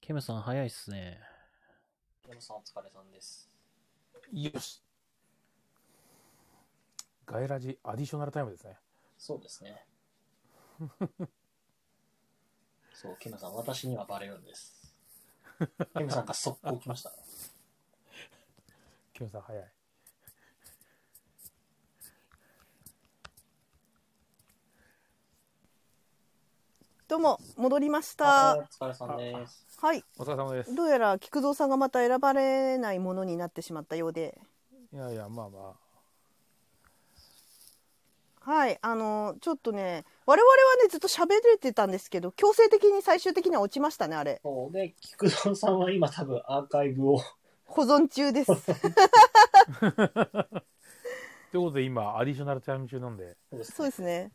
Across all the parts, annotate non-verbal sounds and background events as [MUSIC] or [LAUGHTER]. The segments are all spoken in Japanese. ケムさん早いっすね。ケムさんお疲れさんです。よし。ガイラジアディショナルタイムですね。そうですね。 [LAUGHS] そう、ケムさん、私にはバレるんです。ケムさんが速攻来ました。キムさん早い。どうも戻りましあお。た疲れさんです。はい、お疲れ様です。どうやら菊蔵さんがまた選ばれないものになってしまったようで、いやいや、まあまはい、あのちょっとね、我々はねずっと喋れてたんですけど、強制的に最終的には落ちましたねあれ。そうで、菊蔵さんは今多分アーカイブを。保存中 [LAUGHS] です。あ。ということで今、アディショナルタイム中なんで、そうですそうねです菊蔵さね。ん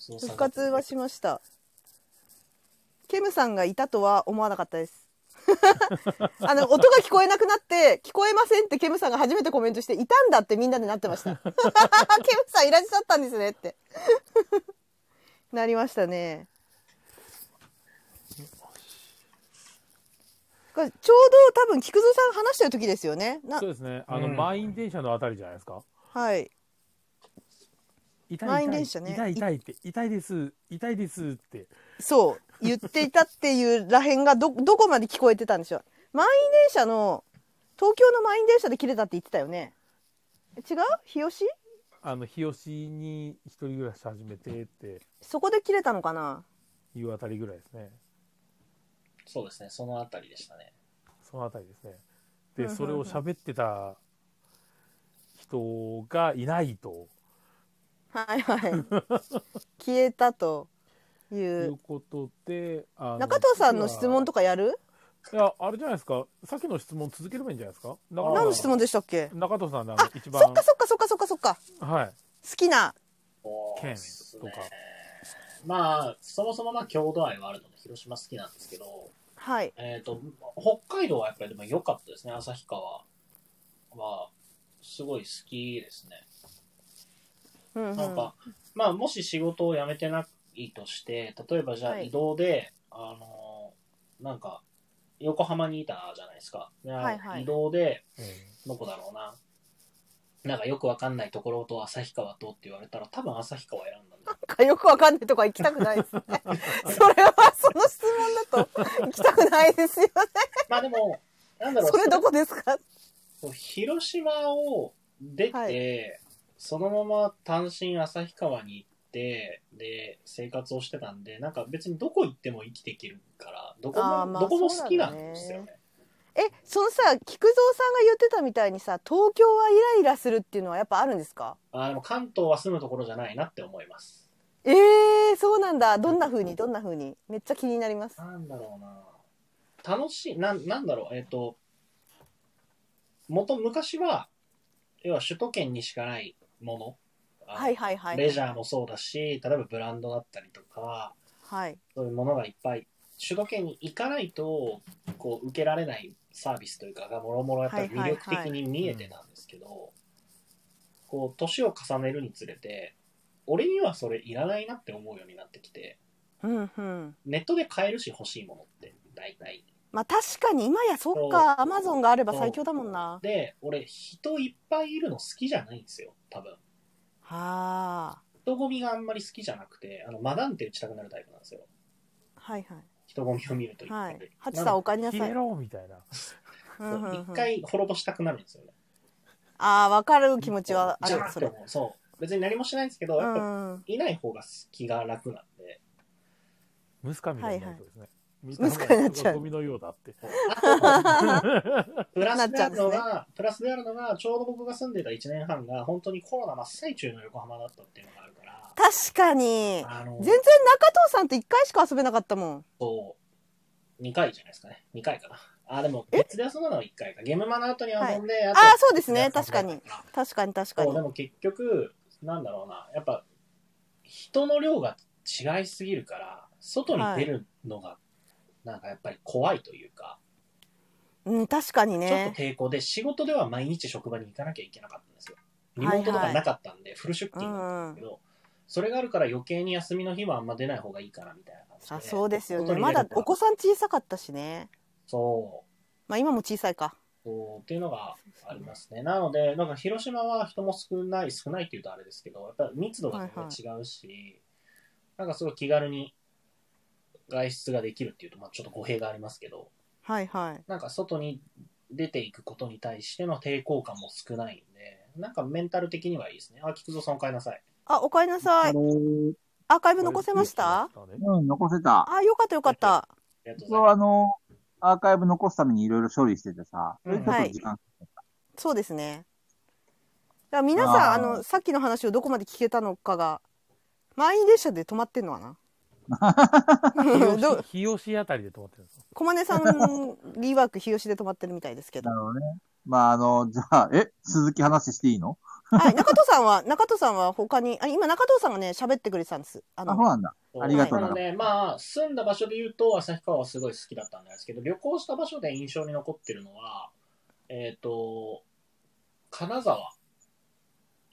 復が活はしました。ケムさんがいたとは思わなかったです。 [LAUGHS] あの音が聞こえなくなって聞こえませんってケムさんが初めてコメントしていたんだってみんなでなってました [LAUGHS] ケムさんいらっしゃったんですねって [LAUGHS] なりましたねこれちょうど多分菊蔵さんが話してる時ですよねなそうですね、あの、うん満員電車のあたりじゃないですか。はい痛い満員電車ね痛い痛いって、痛いです、痛いですって。そう言っていたっていうらへんがどどこまで聞こえてたんでしょう満員電車の東京の満員電車で切れたって言ってたよね違う日吉あの、日吉に一人暮らし始めてってそこで切れたのかないうあたりぐらいですね。そうですね、そのあたりでしたね。そのあたりですね。うで、んうんうんそれを喋ってた人がいないとは [LAUGHS] いはい消えたといいううことで、あの中藤さんの質問とかやるいや、あれじゃないですか。さっきの質問続ければいいんじゃないですか。中何の質問でしたっけ中藤さんのあのあ一番そっかそっかそっかそっかそっかはい。好きなおー剣すとかねまあ、そもそもまあ、郷土愛はあるので、広島好きなんですけど、はいえっ、と、北海道はやっぱりでも良かったですね、旭川は。すごい好きですね。うんうんなんか、まあ、もし仕事を辞めてないとして、例えばじゃあはい移動で、あのー、なんか、横浜にいたじゃないですか。ではいはい移動で、えどこだろうな。なんかよくわかんないところと旭川とって言われたら、多分旭川選んだんだ。なんかよくわかんないとこは行きたくない [LAUGHS] ですねそれはその質問だと行きたくないで [LAUGHS] すよねまあでも、なんだろう、 [LAUGHS] それどこですかそう広島を出て、はそのまま単身旭川に行ってで生活をしてたんでなんか別にどこ行っても生きていけるからどこあーも,、まあどこも好きなんですよそうね。えそのさ菊蔵さんが言ってたみたいにさ東京はイライラするっていうのはやっぱあるんですかあーでも関東は住むところじゃないなって思います。えー、そうなんだどんな風にどんな風にめっちゃ気になりますなんだろうな楽しいなんなんだろうえっ、と元昔は要は首都圏にしかないもの、あのはいはいはいレジャーもそうだし例えばブランドだったりとかはいそういうものがいっぱい、首都圏に行かないと、こう、受けられないサービスというかが、もろもろやっぱり魅力的に見えてたんですけど、こう、年を重ねるにつれて、俺にはそれいらないなって思うようになってきて、うんうんネットで買えるし欲しいものって、大体。まあ確かに今やそっそうかアマゾンがあれば最強だもんなで、俺、人いっぱいいるの好きじゃないんですよ、多分。はあ人混みがあんまり好きじゃなくて、あの、マダンって打ちたくなるタイプなんですよ。はいは人混みを見るといはい一ハチ回さんお帰りーなさ消いえろみたいな。うんうんうん一回滅ぼしたくなるんですよね。ああわかる気持ちはあじるゃあそれでもそう。別に何もしないんですけど、うやっぱ [LAUGHS] んいない方が気が楽なんで。ムスカみたいになるとですね。ムスカになっちゃうゴミのようだって。プラスであるのなっが、プラスであるのが、ちょうど僕が住んでた1年半が、本当にコロナ真っ最中の横浜だったっていうのがあるから、確かにあの全、然中藤さんって1回しか遊べなかったもんそう、2回じゃないですかね。2回かな。あ、でも、別で遊んだのは1回か。ゲームマナー後に遊んで、あああそうですね確かに。確かに確かそう、にでも結局、なんだろうな、やっぱ、人の量が違いすぎるから、外に出るのが、なんかやっぱり怖いというか、うん確かにちょっねと抵抗で、仕事では毎日職場に行かなきゃいけなかったんですよ。リモートとかなかったんで、フル出勤だったんですけど、それがあるから余計に休みの日はあんま出ない方がいいかなみたいな感じで、あそうですよね外にま出だるとお子さん小さかったしねそうまあ今も小さいかそうっていうのがありますね。なので、なんか広島は人も少ない、少ないっていうとあれですけど、やっぱ密度が全然違うし、なんかすごい気軽に外出ができるっていうと、まあ、ちょっと語弊がありますけど、はいはいなんか外に出ていくことに対しての抵抗感も少ないんで、なんかメンタル的にはいいですね。あ、菊蔵さんお帰りなさい。あおかえりなさあいのーアーカイブ残せましたうん、残せた。あよかったよかったありがとうございそう、まあのーアーカイブ残すためにいろいろ処理しててさ、ちうょんっと時間、そうですねだから皆さんああーのさっきの話をどこまで聞けたのかが満員列車で止まってんのか [LAUGHS] な日ど吉日吉あたりで止まってるんですよ小金さんリワーク日吉で止まってるみたいですけどなるほどね。まあ、あのーじゃあ、え、鈴木話していいのはい、中藤さんは、中藤さんは他に、あ、今中藤さんがね、喋ってくれてたんです。ああ、のそう、なんだ。す。ありがとうなので、まあ、住んだ場所で言うと、旭川はすごい好きだったんですけど、旅行した場所で印象に残ってるのは、えっ、と、金沢。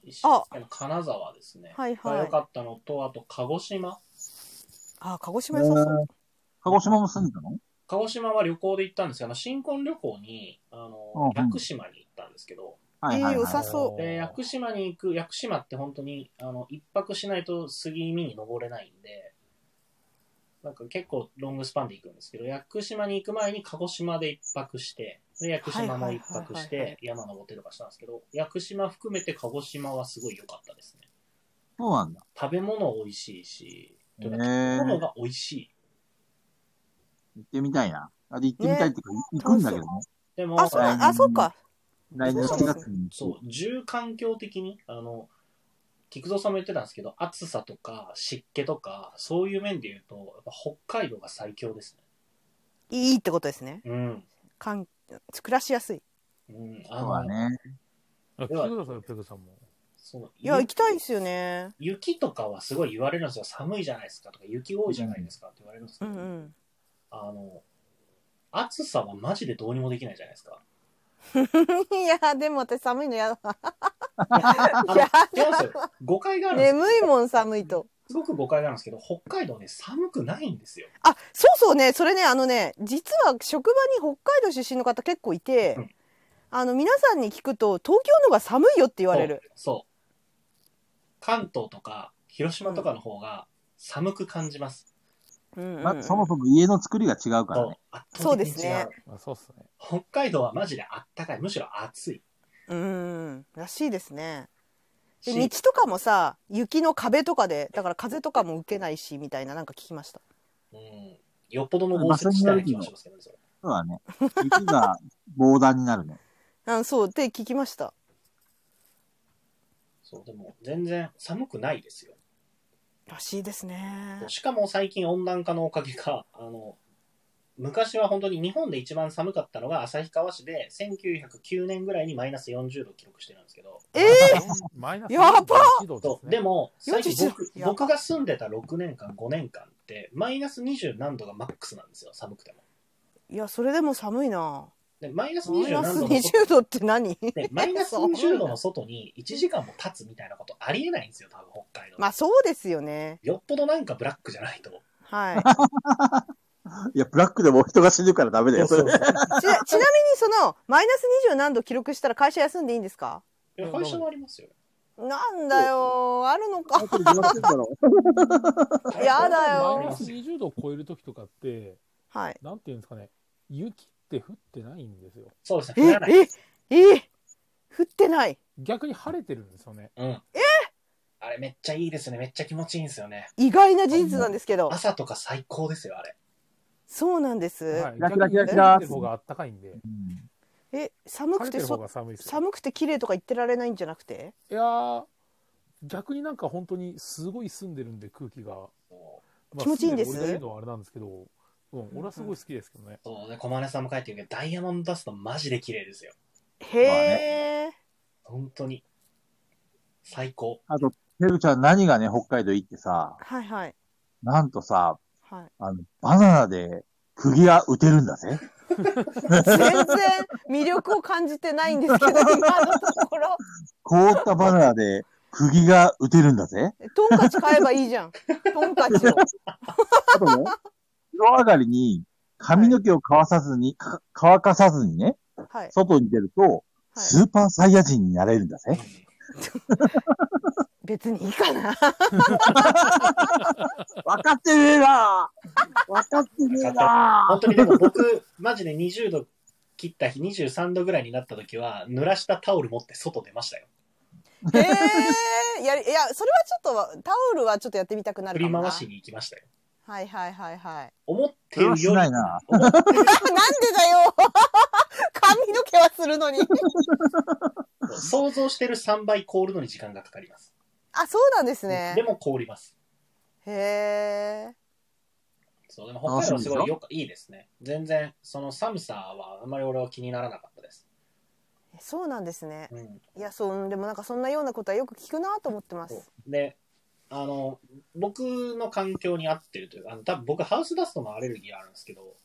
石川県の金沢ですね。はいが良はい。かったのと、あと、鹿児島。あ、鹿児島良さそう。鹿児島も住んでたの鹿児島は旅行で行ったんですが、あの新婚旅行に、あの、うん屋久島に行ったんですけど、はいはい、えー良はさい。そで、屋久島に行く、屋久島って本当に、あの、一泊しないと杉見に登れないんで、なんか結構ロングスパンで行くんですけど、屋久島に行く前に鹿児島で一泊して、で、屋久島も一泊しはいはいはいはいて山登ってとかしたんですけど、屋久島含めて鹿児島はすごい良かったですね。そうなんだ。食べ物美味しいし、へとえにかく食べ物が美味しい。行ってみたいな。あれ行ってみたいっていうか、行くんだけどね。でも、あ、そうなん、あ、そうか。来年4月に行そう、住環境的に、あの、菊蔵さんも言ってたんですけど、暑さとか湿気とか、そういう面で言うと、やっぱ北海道が最強ですいいってことですね。ね。うん。かん、暮らしやすい。うん、くあそうの、だね。あ聞いてくださいよペグさんもそのいや、ゆ行きたいですよね。雪とかはすごい言われるんですよ。寒いじゃないですかとか、雪多いじゃないですかって言われるんですうけど、んうん。あの、暑さはマジでどうにもできないじゃないですか。 [LAUGHS] いや、でも私寒いのやだ。 [LAUGHS] あのいや違うんですよ。誤解があるんですよ。眠いもん寒いと。すごく誤解があるんですけど、北海道ね、寒くないんですよ。あ、そうそうね、それね、あのね、実は職場に北海道出身の方結構いて、うんあの、皆さんに聞くと、東京のが寒いよって言われる。そうそう関東とか広島とかの方が寒く感じます、うんうんうんまあ、そもそも家の作りが違うからそうね。圧倒的に違うそうですねあそうっすね北海道はマジであったかいむしろ暑いうんうん、らしいですね。で道しとかもさ雪の壁とかでだから風とかも受けないしみたいななんか聞きましたうん、よっぽどの豪雪地帯な気がしますけどねそれそうだね。雪が防弾になるね。あそうって聞きましたそうでも全然寒くないですよらしいですねしかも最近温暖化のおかげかあの昔は本当に日本で一番寒かったのが旭川市で1909年ぐらいにマイナス40度を記録してるんですけどえマイナスやばっ41度ですそうねでも最近41僕やば僕が住んでた6年間5年間ってマイナス20何度がマックスなんですよ寒くてもー、いやそれでも寒いなでマイナスマイ20ナ何ス度の20度って何 [LAUGHS] でマイナスそう20度の外に1時間も経つみたいなことありえないんですよ多分北海道、まあそうですよねよっぽどなんかブラックじゃないと [LAUGHS] はいいや、ブラックでも人が死ぬからダメだよ。それそうそう [LAUGHS] ちなちなみにそのマイナス20何度記録したら会社休んでいいんですかいや会社もありますよなんだよあるの [LAUGHS] か本当に決まってんだろやだマイよナス20度を超える時とかってはいなんていうんですかね雪って降ってないんですよそうですね降えらないええ降ってない逆に晴れてるんですよねうんあれめっちゃいいですねめっちゃ気持ちいいんですよね意外な事実なんですけど朝とか最高ですよあれそうなんです、はいラキラキラキラ逆に晴れてる方が暖かいんでうえ寒晴くれててる方そが寒いですよ寒くて綺麗とか言ってられないんじゃなくていやー逆になんか本当にすごい澄んでるんで空気が、そうまあ気持ちいいんです澄でる俺が言うのはあれなんですけど、うん、俺はすごい好きですけどね、そうね駒根さんも書いてるけどダイヤモンドダストマジで綺麗ですよへえ、本当に最高ん。ペグちゃん何がね、北海道行ってさ、はいはいなんとさ、はいあの、バナナで釘が打てるんだぜ。全然魅力を感じてないんですけど今のところ凍ったバナナで釘が打てるんだぜ。トンカチ買えばいいじゃん。トンカ [LAUGHS] チを。あとね、風呂上がりに髪の毛を乾さずに、か乾かさずにね、はい。外に出ると、はい、スーパーサイヤ人になれるんだぜ。別にいいかな。分かってねえな分かってねえな本当にでも僕、 [LAUGHS] マジで20度切った日、23度ぐらいになった時は、濡らしたタオル持って外出ましたよ。へえ。やり、いや、それはちょっと、タオルはちょっとやってみたくな振るかりもな。回しに行きましたよ。はいはいはいはい。 [LAUGHS] 思ってそるれよはりしないな思ってるあなんでだよ [LAUGHS] 髪の毛はするのに。想像してる3倍凍るのに時間がかかります。あ、そうなんですでね。も凍ります。へえ。そう、でも北海道はすご楽しみいでしょよかいいですね。全然、その寒さはあんまり俺は気にならなかったです。そうなんですね。うん。いや、そう、でもなんかそんなようなことはよく聞くなと思ってまそうす。で、あの、僕の環境に合ってるというか、あの多分僕ハウスダストのアレルギーあるんですけど、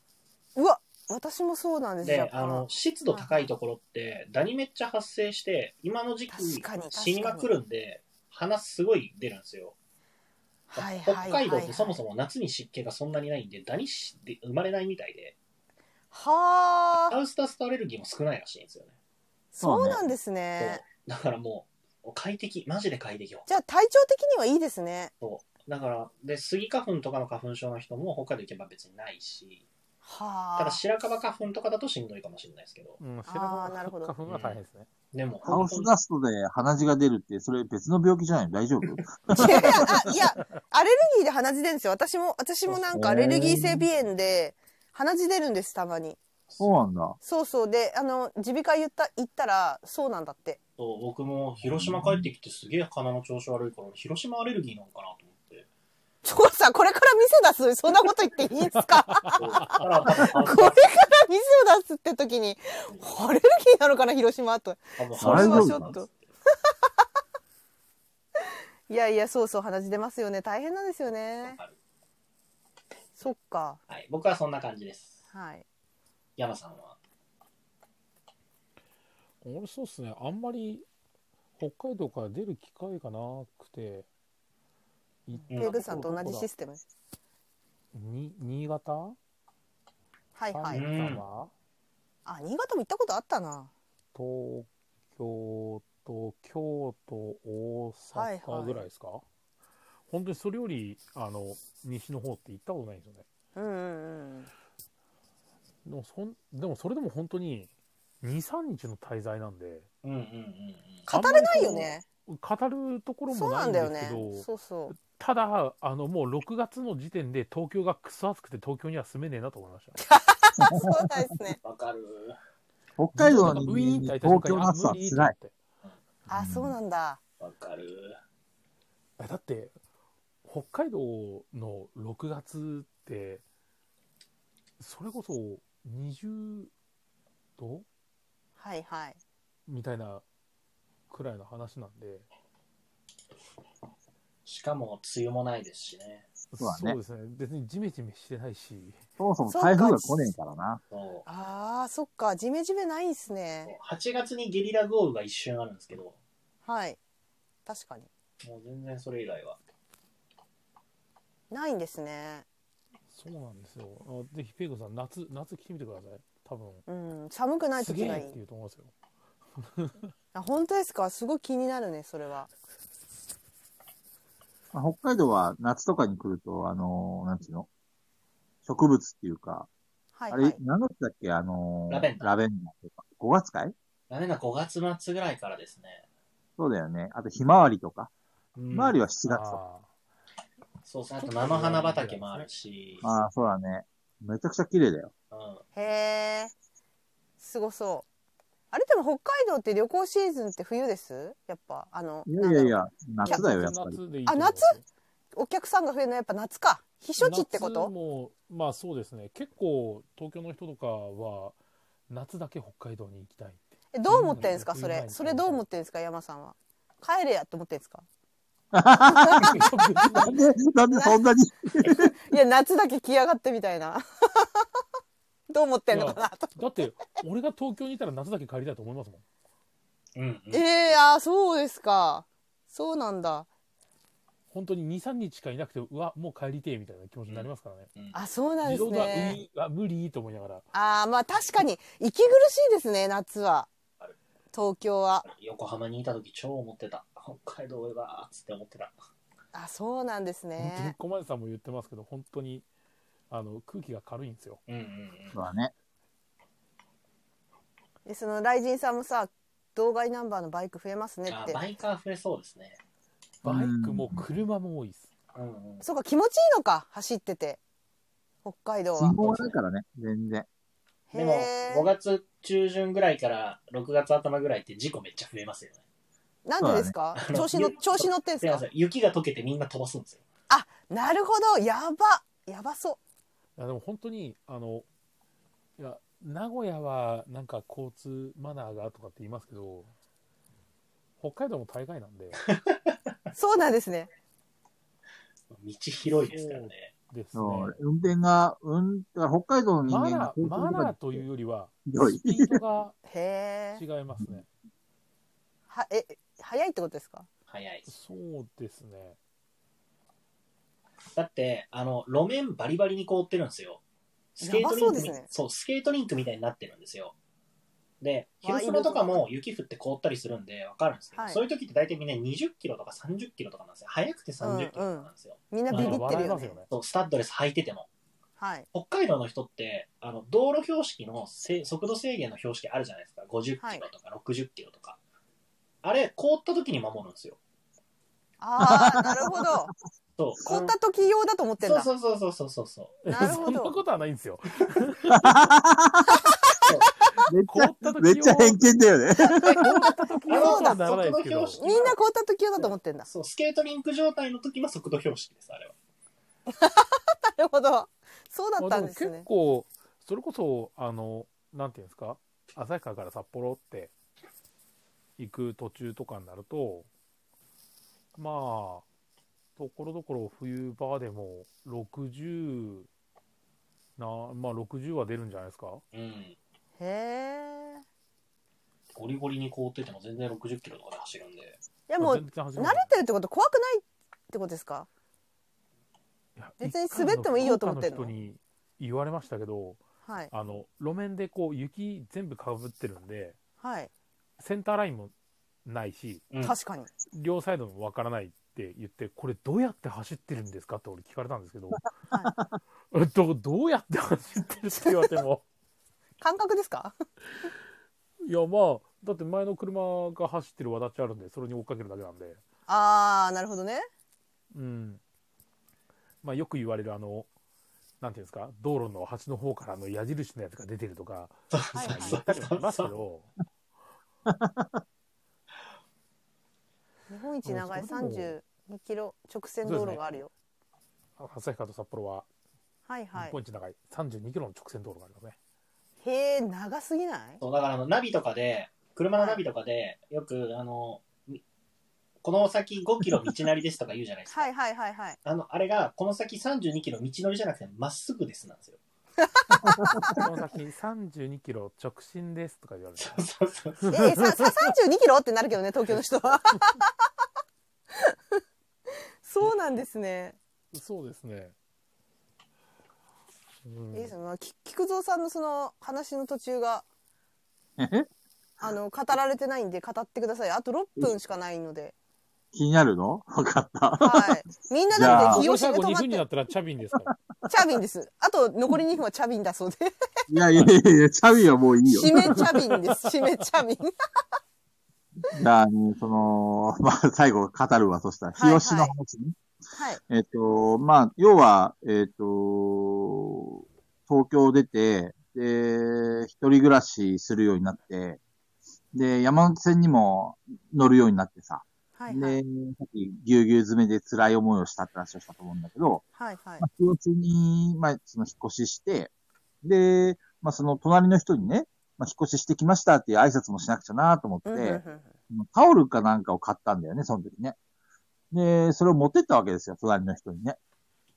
うわ、私もそうなんですでよ。、あの、湿度高いところってダニめっちゃ発生して、今の時期確かに死にまくるんで、鼻すごい出るんですよ。はいはい北はいはい海道ってそもそも夏に湿気がそんなにないんで、ダニしで生まれないみたいで、ハはあ、ウスダストアレルギーも少ないらしいんですよね。そうなんですそうね。だからもう快適マジで快適よじゃあ体調的にはいいですね。だからでスギ花粉とかの花粉症の人も北海道行けば別にないしはあ。ただ白樺花粉とかだとしんどいかもしれないですけどうん、白あーなるほど髪花粉は大変ですね。でもハウ本当スにダストで鼻血が出るって、それ別の病気じゃないの大丈夫いやいやあいや、アレルギーで鼻血出るんですよ。私も、私もなんかアレルギー性鼻炎で、鼻血出るんです、たまに。 [LAUGHS] そうなんだ。そうそう。で、あの、耳鼻科言った、行ったら、そうなんだって。そう僕も広島帰ってきてすげえ鼻の調子悪いから広島アレルギーなのかなと思ってちょ、さ、これから店出すそんなこと言っていいんです [LAUGHS] かそうだから多分ハウこれスからダス店を出すって時に、アレルギーなのかな、広島と。ト多分そハウれスはダちストょっなんでとす。いやいや、そうそう、鼻血出ますよね。大変なんですよね。わかるそっか。はい僕はそんな感じですはい。山さんは俺そうっすね。あんまり北海道から出る機会がなくて、行ったうんペグさんと同じシスステム。に新潟はいは埼い。玉あ、新潟も行ったことあったな。東京と京都大はいはい阪ぐらいですか、本当にそれよりあの西の方って行ったことないんですよねうんうんうん。でもそんでもそれでも本当に23日の滞在なんでうんうんうん語れないよね。語るところそもうなないんんでだすよねけど。そうそう。 [LAUGHS] ただあのもう6月の時点で東京がクソ暑くて東京には住めねえなと思いましたあ、そうなんですね。うんわかる北海道なんのか人ブイーン間っにて開いた瞬間東京にの暑さはあ無理と辛思いっ。てあ、そうなんだ。わかるえだって北海道の6月ってそれこそ20度はいはい。みたいなくらいの話なんでしかも梅雨もないですしねそうだねですね別にジメジメしてないしそもそも台風が来ねえからな。そうああ、そっか。ジメジメないんすね。 8月にゲリラ豪雨が一瞬あるんですけど、はい。確かに。もう全然それ以外は。ないんですね。そうなんですよあぜひペイコさん夏夏来てみてください多分うん、寒くないす時げがいえっいて。言うと思いますよあ、本当ですか。すごい気になるね。それは。まあ北海道は夏とかに来ると、あのーなんていうの植物っていうか、はいあはれい、。何月だっけあのーラベンダーラベンダーとか。5月かいダメな5月末ぐらいからですね。そうだよね。あと、ひまわりとか。ひまわりは7月とか。あそうですね。あと生花畑もあるし、ああ、そうだね。めちゃくちゃ綺麗だよ。うん、へえ。すごそう。あれでも北海道って旅行シーズンって冬です。やっぱ、あの。いやいやいなんだろや、夏だよ、やっぱり。夏でいいと思いますあ夏う。お客さんが増えるのはやっぱ夏か。避暑地ってこ夏と。もまあそうですね結構東京の人とかは夏だけ北海道に行きたいってえどう思ってんですか、うんそれう。んそれどう思ってんですか、山さんは。帰れやって思ってんですか。なんで、 [LAUGHS] なんでそんなに。いや、夏だけ来やがってみたいな。 [LAUGHS] どう思ってんのかなと。 [LAUGHS] だって俺が東京にいたら夏だけ帰りたいと思いますもんうん、うん。ええー、あー、そうですか。そうなんだ。本当に23日間いなくてうわもう帰りてえみたいな気持ちになりますからね、あ、そうなんで自す動ドアうね。いあ無理と思いながらああ、まあ確かに息苦しいですね、夏はある。東京は。横浜にいた時超思ってた北海道へわーっつって思ってたあ、そうなんです本当にね。小前さんも言ってますけど本当にあの空気が軽いんですようんうんそうだね。で、その雷神さんもさ、道外ナンバーのバイク増えますうねんあって。バイカー増えそうですねバイクも車も多いですうんうんそうか、気持ちいいのか、走ってて。北海道は信。号だからね、全然。へでもえ5月中旬ぐらいから6月頭ぐらいって事故めっちゃ増えますよねなんでですか、そうだね調子の、調子乗ってんすすいまかせん雪が溶けてみんな飛ばすんですよあ、なるほど。やば。やばそう。いやでも本当にあのいや名古屋はなんか交通マナーがとかって言いますけど北海道も大概 [LAUGHS] なんでそうなんですね。道広いですからねですねそう、運転が、うん、だから北海道の人マ間がナーマナーというよりはひどいス。ピードがへえ。違いますねは、え、早いってことですか早いそうですねだってあの路面バリバリに凍ってるんですよスケートリやンクばそうでみすそう,、ねスケートリンクみたいになってるんですよでわあ広島とかも雪降って凍ったりするんで分かるんですけど、はいそういう時って大体みんな20キロとか30キロとかなんですよ速くて30キロとかなんですよ、みんなビビってる笑いよますねよ。ねそうスタッドレス履いててもはい。北海道の人ってあの道路標識のせ速度制限の標識あるじゃないですか50キロとか60キロとか、あれ凍った時に守るんですよああ、 [LAUGHS] なるほど。そう凍った時用だと思ってんそうだ。そうそうそうそうそうなるほどそんなことはないんです [LAUGHS] よめっち凍ったゃ、時めっちゃ偏見だよ凍ね。 [LAUGHS] った時あのはそうだならないですけそこの標ど識みんな凍った時用だと思ってんだ。そうスケートリンク状態の時の速度標識ですあれはなるほど。そうだったんですあもね結。構それこそあのなんていうんですか旭川から札幌って行く途中とかになるとまあところどころ冬場でも60なまあ60は出るんじゃないですかうんへえ。ゴリゴリに凍ってても全然60キロとかで走るんでいやもう、全然走慣れれないてるってこと怖くないってことですかいや別に滑ってもいいよと思ってんの一回あ福岡人に言われましたけどはい。あの路面でこう雪全部かぶってるんではい。センターラインもないしうん確かに。両サイドもわからないって言ってこれどうやって走ってるんですかって俺聞かれたんですけど、え [LAUGHS] どどうやって走ってるって言われても [LAUGHS] 感覚ですかいやまあだって前の車が走ってる私あるんでそれに追っかけるだけなんでああ、なるほどね。うんまあよく言われるあのなんていうんですか道路の端の方からの矢印のやつが出てるとかそうはいはいそうそう言そいうますけど日本一長いもうそれで32キロ直線道路があるよ。旭川と札幌ははいは日い。本一長い32キロの直線道路がありますね、 [LAUGHS] へえ、長すぎないそうだからあのナビとかで車のナビとかでよくあのみこの先5キロ道なりですとか言うじゃないですか、はいはいはいはい。あのあれがこの先32キロ道のりじゃなくてまっすぐですなんですよこの先32キロ直進ですとか言われてそうそうそうえー、さ、さ、32キロってなるけどね、東京の人 [LAUGHS] は。そうなんですね。そうですね。うんいいですね。まあ、き菊蔵さんのその話の途中が、あの、語られてないんで、語ってください。あと6分しかないの [LAUGHS] で。気になるのわかった。はい。みんなだって、もう清志最で後止2まっ分になて、ったらチャビンですから。チャビンです。あと、残り2分はチャビンだそうで。いやいやいやいや、チャビはもう [LAUGHS] いいよ。締めチャビンです。締めチャビン。じゃあ、あのその、 [LAUGHS] まあ、最後語るわ、そしたら。はい日はい吉の話ね。はい。えっと、まあ、要は、えっと、東京出て、で、一人暮らしするようになって、で、山手線にも乗るようになってさ、はいはい。で、さっきぎゅうぎゅう詰めで辛い思いをしたって話をしたと思うんだけど、はいはいまあ。、日吉に、まあ、その引っ越しして、で、まあ、その隣の人にね、まあ、引っ越ししてきましたっていう挨拶もしなくちゃなと思って、うんうんうんタオルかなんかを買ったんだよね、その時ね。で、それを持ってったわけですよ、隣の人にね。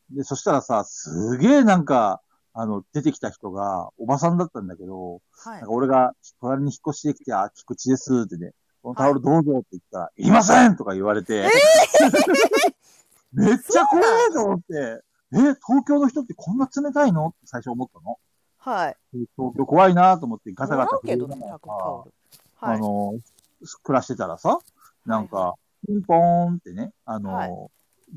で、そしたらさ、すげえなんか、あの、出てきた人が、おばさんだったんだけど、はないんか。俺が、隣に引っ越してきて、あ、菊池ですってね、このタオルどうぞって言ったら、いりませんとか言われて、 [LAUGHS] めっちゃ怖いと思って、え、東京の人ってこんな冷たいのって最初思ったの。はい。東京怖いなと思ってガタもガらタうけど震ねえながらタオル。はあい。の、暮らしてたらさ、なんはか、ピンポーンってね、あの、はい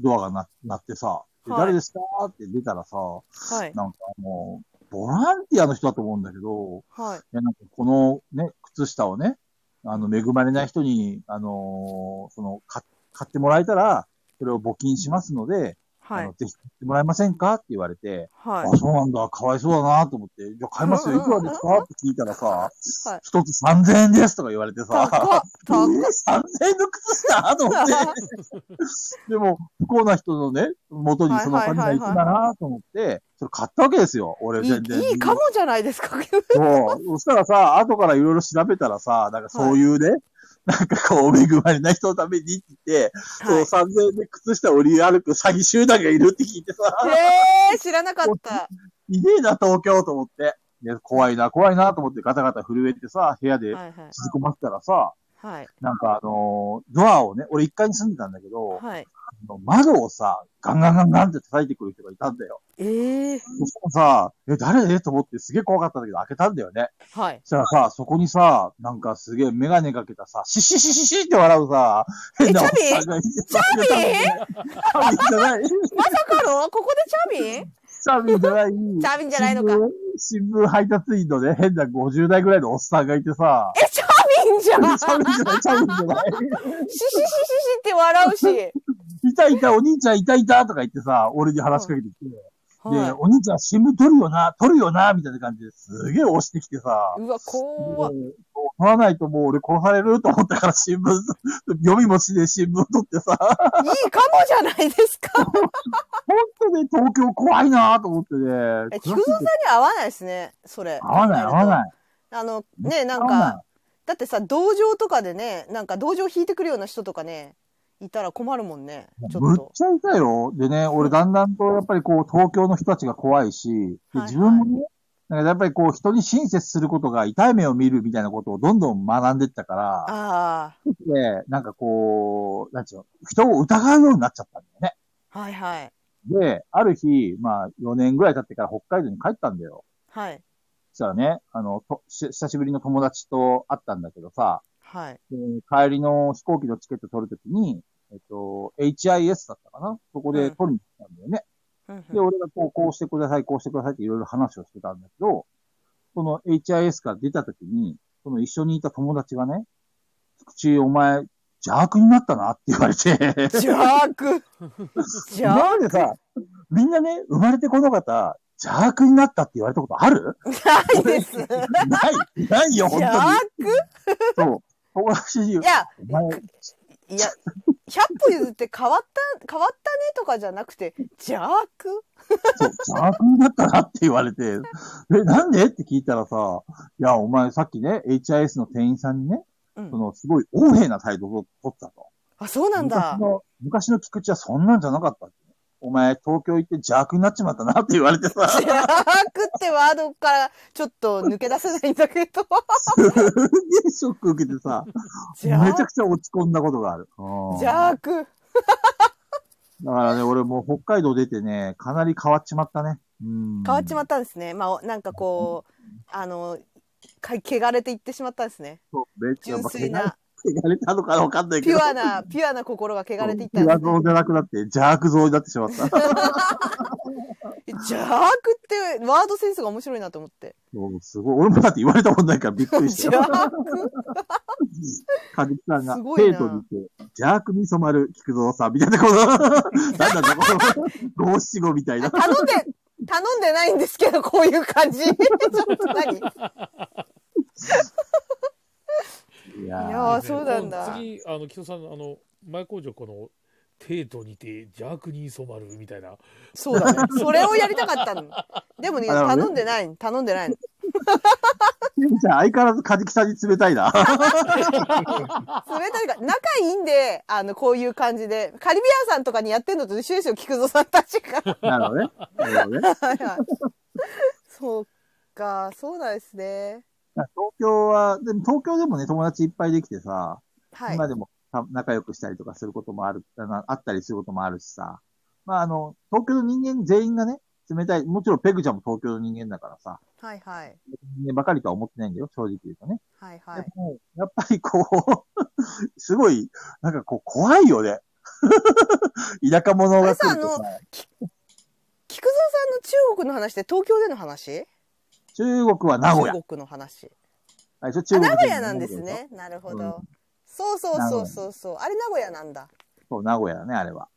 ドアがな、なってさ、ではい誰ですかって出たらさ、はい。なんかもう、ボランティアの人だと思うんだけど、はい。いやなんかこのね、靴下をね、あの、恵まれない人に、あのーその、か買ってもらえたら、それを募金しますので、はあいの。ぜひ買ってもらえませんかって言われて、はいあ、。そうなんだ、かわいそうだなと思って、じゃあ買いますよ、いくらですかって聞いたらさ、はい一つ3000円ですとか言われてさ、高っえー高っ3000円の靴下と思って、でも、不幸な人のね、元にそのお金が行くんだなと思って、それ買ったわけですよ、い俺い全然。いいかもじゃないですか。そう。そしたらさ、後からいろいろ調べたらさ、なんかそういうね、なんかこう、恵まれない人のためにって言って、はいそう、3000円で靴下を売り歩く詐欺集団がいるって聞いてさ、へえー、知らなかった。いねえな、東京と思って。いや怖いな、怖いなと思ってガタガタ震えてさ、部屋ではいはい。縮こまってたらさ、はい。なんかあのードアをね、俺1階に住んでたんだけど、はい。あの窓をさ、ガンガンガンガンって叩いてくる人がいたんだよ。ええー。そしたらさ、え、誰でと思ってすげえ怖かったんだけど開けたんだよね。はい。そしたらさ、そこにさ、なんかすげえメガネかけたさ、シシシシシって笑うさ、変なおっさんがいてさ、チャビチャビじゃない、チまさかのここでチャビンャビじゃない、チャビンじゃないのか。新聞。新聞配達員のね、変な50代ぐらいのおっさんがいてさ、え、チャビンじゃんチャビじゃない、チャビじゃない。シシシシシって笑うし。いたいた、お兄ちゃんいたいたとか言ってさ、俺に話しかけてきて、で、はお兄ちゃん新聞取るよな、取るよな、みたいな感じですげえ押してきてさい。、うわ、怖っもう取らないともう俺殺されると思ったから新聞、読みもしねえ新聞取ってさ、いいかもじゃないですか。本当ね、東京怖いなと思ってね。え、菊蔵さんに合わないですね、それ。合わない、合わい。ない。あの、ね、なん合わないか、だってさ、道場とかでね、なんか道場引いてくるような人とかね、いたら困るもんね、ちょむっっと。ちゃ痛いよ。でね、俺だんだんとやっぱりこう、東京の人たちが怖いし、ではい自分もね、なんかやっぱりこう、人に親切することが痛い目を見るみたいなことをどんどん学んでったから、あで、なんかこう、なんちゅうの、人を疑うようになっちゃったんだよあ、はいはい。ね。で、ある日、まあ、4年ぐらい経ってから北海道に帰ったんだよ。はい。そしたらね、あの、とし久しぶりの友達と会ったんだけどさ、はい。えー帰りの飛行機のチケット取るときに、えっと、HIS だったかなそこで取りに行ったんだよね。うんで、うん俺がこう、こうしてください、こうしてくださいっていろいろ話をしてたんだけど、その HIS から出たときに、その一緒にいた友達がね、口お前、邪悪になったなって言われて、邪 [LAUGHS] 悪。邪悪。今までさ、みんなね、生まれてこの方、邪悪になったって言われたこと [LAUGHS] あるないです。 [LAUGHS] ない、ないよ、本邪当に悪。。そう。友達にい、や、お前、いや、100歩譲って変わった、変わったねとかじゃなくて、邪悪そう、邪悪になったなって言われて、え、なんでって聞いたらさ、いや、お前さっきね、HIS の店員さんにね、うんその、すごい横柄な態度を取ったと。あ、そうなんだ昔。の、昔の菊池はそんなんじゃなかったってね。お前、東京行って邪悪になっちまったなって言われてさ、す邪悪ってワードからちょっと抜け出せないんだけど。げえショック受けてさ、めち邪ゃ悪くちゃ落ち込んだことがある。うん邪悪。だからね、俺もう北海道出てね、かなり変わっちまったね。うん。変わっちまっったんですね。まあ、なんかこう、あの、か汚れていってしまったんですね。た。めっちゃ純粋な、汚れたのかわかんないけピど。ュアな、ピュアな心が汚れていったピんュでアすね像。じゃなくなって、邪悪像になってしまった。邪悪ってワードセンスが面白いなと思って。もうすごい。俺もだって言われたことないからびっくりし邪 [LAUGHS] たよ。悪かずきさんがす、ごい生な徒にて、邪悪に染まる菊蔵さんみたいな、 [LAUGHS] この、なんだろう、この、五七五みたいな。頼んで、頼んでないんですけど、こういう感じ。ちょっ [LAUGHS] と何いいややーー、そうなんだ。次、あの、木戸さん、あの、前工場、この、帝都にて邪悪に染まるみたいな。そうだね。それをやりたかったの。でもね、あなるほ頼どねんでない。頼んでない。じゃあ相変わらずかじきさんに冷たいな。 [LAUGHS] それだか仲いいんで、あの、こういう感じで。カリビアンさんとかにやってんのと一緒ですよ、菊蔵さんたちが。なるほどね。なるほどね。はいはい。そうか、そうなんですね。東京は、でも東京でもね、友達いっぱいできてさ、はい。今でもた仲良くしたりとかすることもある、あのあったりすることもあるしさ。まあ、あの、東京の人間全員がね、冷たい。もちろんペグちゃんも東京の人間だからさ、はいはい。人間ばかりとは思ってないんだよ、正直言うとね。はいはでい。も、やっぱりこう、すごい、なんかこう、怖いよね。 [LAUGHS] 田舎者が来るとあれさ、菊蔵さんの中国の話って東京での話中国は名古屋。中国の話。はい、それ中あ、国名人古屋なんですね。なるほうどん。そうそうそうそうそう。あれ名古屋なんだ。そう、名古屋だね、あれは。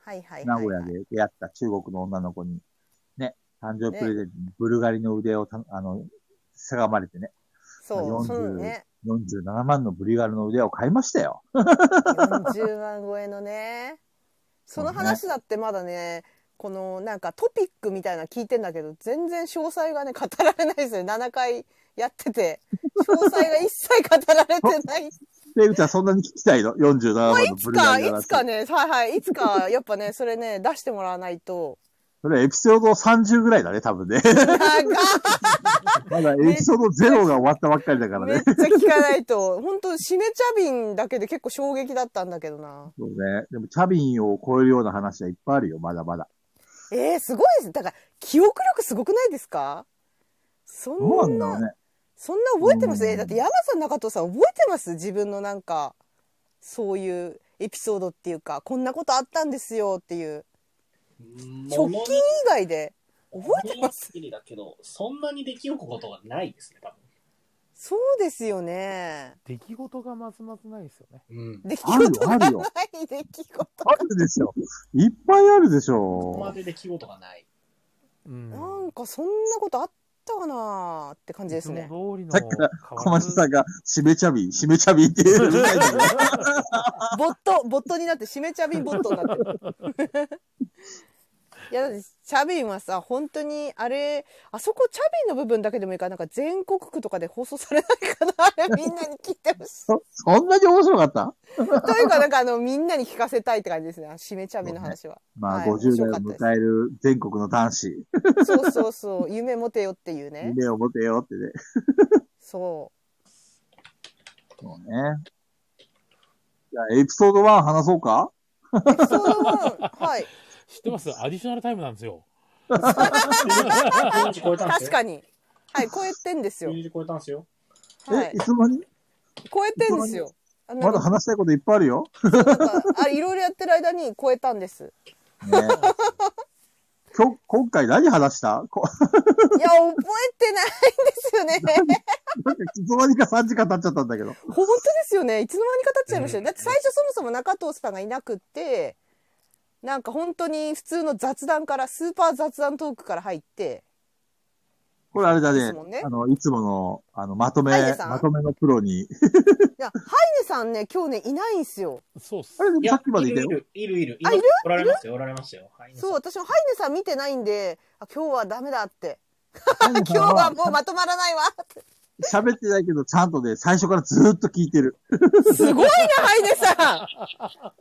はいはいはい。名古屋で出会った中国の女の子に、ね、誕生日プレゼントにブルガリの腕をた、あの、せがまれてね、そう、 40そのね。 47万のブルガリの腕を買いましたよ。 [LAUGHS] 40万超えのね。その話だってまだね、このなんかトピックみたいなの聞いてんだけど、全然詳細がね、語られないですよ。7回やってて。詳細が一切語られて [LAUGHS] ない。ペグちゃんそんなに聞きたいの ?47 万のいブつルガか、リのい話つかね、はいはい、いつか、やっぱね、それね、出してもらわないと。それエピソード30ぐらいだね、多分ね。 [LAUGHS] なんか、まだエピソード0が終わったばっかりだからめっね。ちゃ聞かないと。本当シメチャビンだけで結構衝撃だったんだけどな。そうね。でも、チャビンを超えるような話はいっぱいあるよ、まだまだ。えー、すごいです。だから、記憶力すごくないですかそどうなんんだなろうね。そんな覚えてますうんえだって山さん中藤さん覚えてます自分のなんかそういうエピソードっていうかこんなことあったんですよっていう直近以外で覚えてます物に限りだけど、そんなに出来起こことがないですね、多そうですよね [LAUGHS] 出来事がまずまずないですよね。分。うん。出来あ [LAUGHS] るよ事があないるよ出来事あるでしょ。いっぱいあるでしここまょ。で出来事がない。うん。なんかそんなことあったかなーって感じですいねつも通りのさっきから変小 [LAUGHS] 松さんん。が、しめちゃびん、しめちゃびんって言うみたいな。ボットボットになってしめちゃびんボットになってる [LAUGHS] いやだってチャビンはさ本当にあれあそこチャビンの部分だけでもいいからなんか全国区とかで放送されないかなあ [LAUGHS] れみんなに聞いてほしいそ、そんなに面白かったというか、なんかあの、みんなに聞かせたいって感じですね。しめちゃみの話は。まあ、はい50代を迎える全国の男子、そうそう [LAUGHS] そう。夢持てよっていうね。夢を持てよってね。そそうね。じゃあ、エピソード1話そうかう。エピソード1、はい。 [LAUGHS] 知ってますアディショナルタイムなんですよ。 40超えたんです確よ。かに。はい、超えてんですよ。 40超えたんですよ。はえい、い。つまに超えてんですよ。あなまんだか、話したいこといっぱいあるよ。なんかあいろいろやってる間に超えたんです。ね今日、今回何話したいこや、覚えてないんですよね。なんか、いつまにか3時間経っちゃったんだけど。 [LAUGHS] 本当ですよね。いつの間にか経っちゃいましたよ。うんだって最初そもそも中藤さんがいなくって、なんか本当に普通の雑談から、スーパー雑談トークから入って、これあれだですねもん。ねあの、いつもの、あの、まとめハイネ、さんまとめのプロに。いや、ハイネさんね、今日ね、いないんすよ。そうっすあ。れ、でもいさやっきまでいたいよ。るいるいるいる。あいるおられますよ、おられますよ。はいそう、私もハイネさん見てないんで、あ、今日はダメだって。ハイネさ [LAUGHS] ん今日はもうまとまらないわって。喋ってないけど、ちゃんとね、最初からずーっと聞いてる。すごいな、ハイネさん。ハ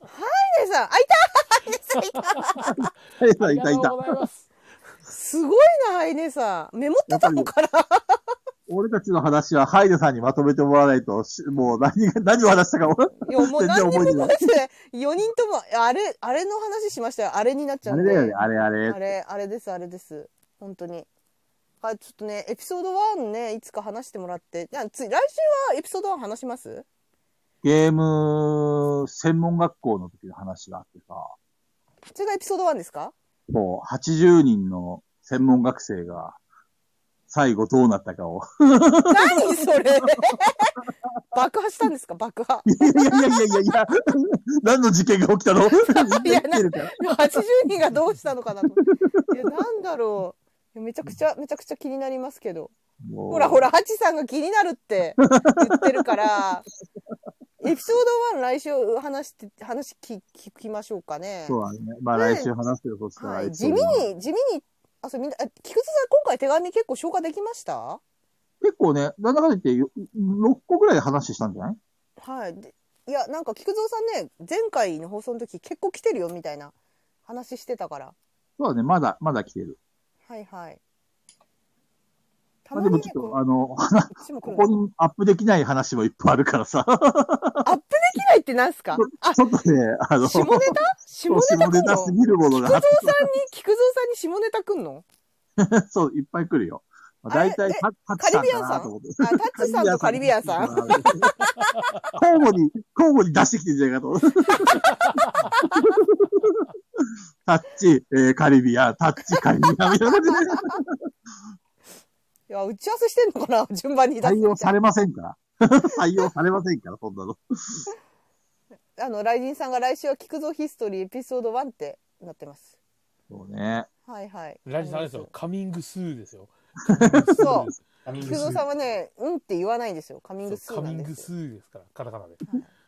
イネさん、あ、いたハイネさん、いたハイネあさんり [LAUGHS] いがたというたご。ざいます。 [LAUGHS] すごいな、ハイネさん。メモってたのかな俺たちの話はハイネさんにまとめてもらわないと、しもう何が、何を話したか、俺いや、もう全何に然も覚えてない覚えてない。4人とも、あれ、あれの話しましたよ。あれになっちゃあうんれで。だよね、あれあれ。あれ、あれです、あれです。本当に。はい、ちょっとね、エピソード1ね、いつか話してもらって。じゃあ、つい来週はエピソード1話しますゲーム専門学校の時の話があってさ、それがエピソード1ですかもう80人の専門学生が、最後どうなったかを。 [LAUGHS] 何それ爆破したんですか爆破。いやいやいやいやいや、何の事件が起きたのいや見てるから80人がどうしたのかなと。いや、なんだろう。いやめちゃくちゃ、めちゃくちゃ気になりますけど。もうほらほら、ハチさんが気になるって言ってる [LAUGHS] から、エピソード1来週話して、話聞聞きましょうかね。そうだね。まあね来週話すよ、そしたら。はい、エピ地ソ味ードはに、地味に、あ、そうみんな、あ菊池さん今回手紙結構消化できました結構ね、なんだかんだ言って6個ぐらいで話したんじゃないはい。でいや、なんか菊蔵さんね、前回の放送の時結構来てるよみたいな話してたから。そうだね、まだ、まだ来てる。はいはい。たまあまにでもねち、ょっ、ことあの、うこっちも来こるんでこすよにアップできない話もいっぱいあるからさ。アップでってなんすかあ、ちょっとね、あの、下ネタ下ネタく下んネのタすぎるものがあっ菊蔵さんに下ネタくんのて、そう、いっぱい来るよ。まあ、あれ大体タ、タッチさんかなと思って。あ、タッチさんとカリビアンさん。交互に、交互に出してきてんじゃないかと思う。タッチ、えーカリビアン、タッチ、カリビアン、みたいな感じでいや、打ち合わせしてんのかな [LAUGHS] 順番に出すみた採いな用されませんから。 [LAUGHS] 採用されませんから、そんなの。あの、ライジンさんが来週は菊蔵ヒストリーエピソード1ってなってます。そうね。はいはい。ラジさんあれですよ。カミングスーですよ。。そうカミン菊グス蔵さんはね、うんって言わないんですよ。カミングスカーなミんンでグすスよ。ーですから、カタカナで。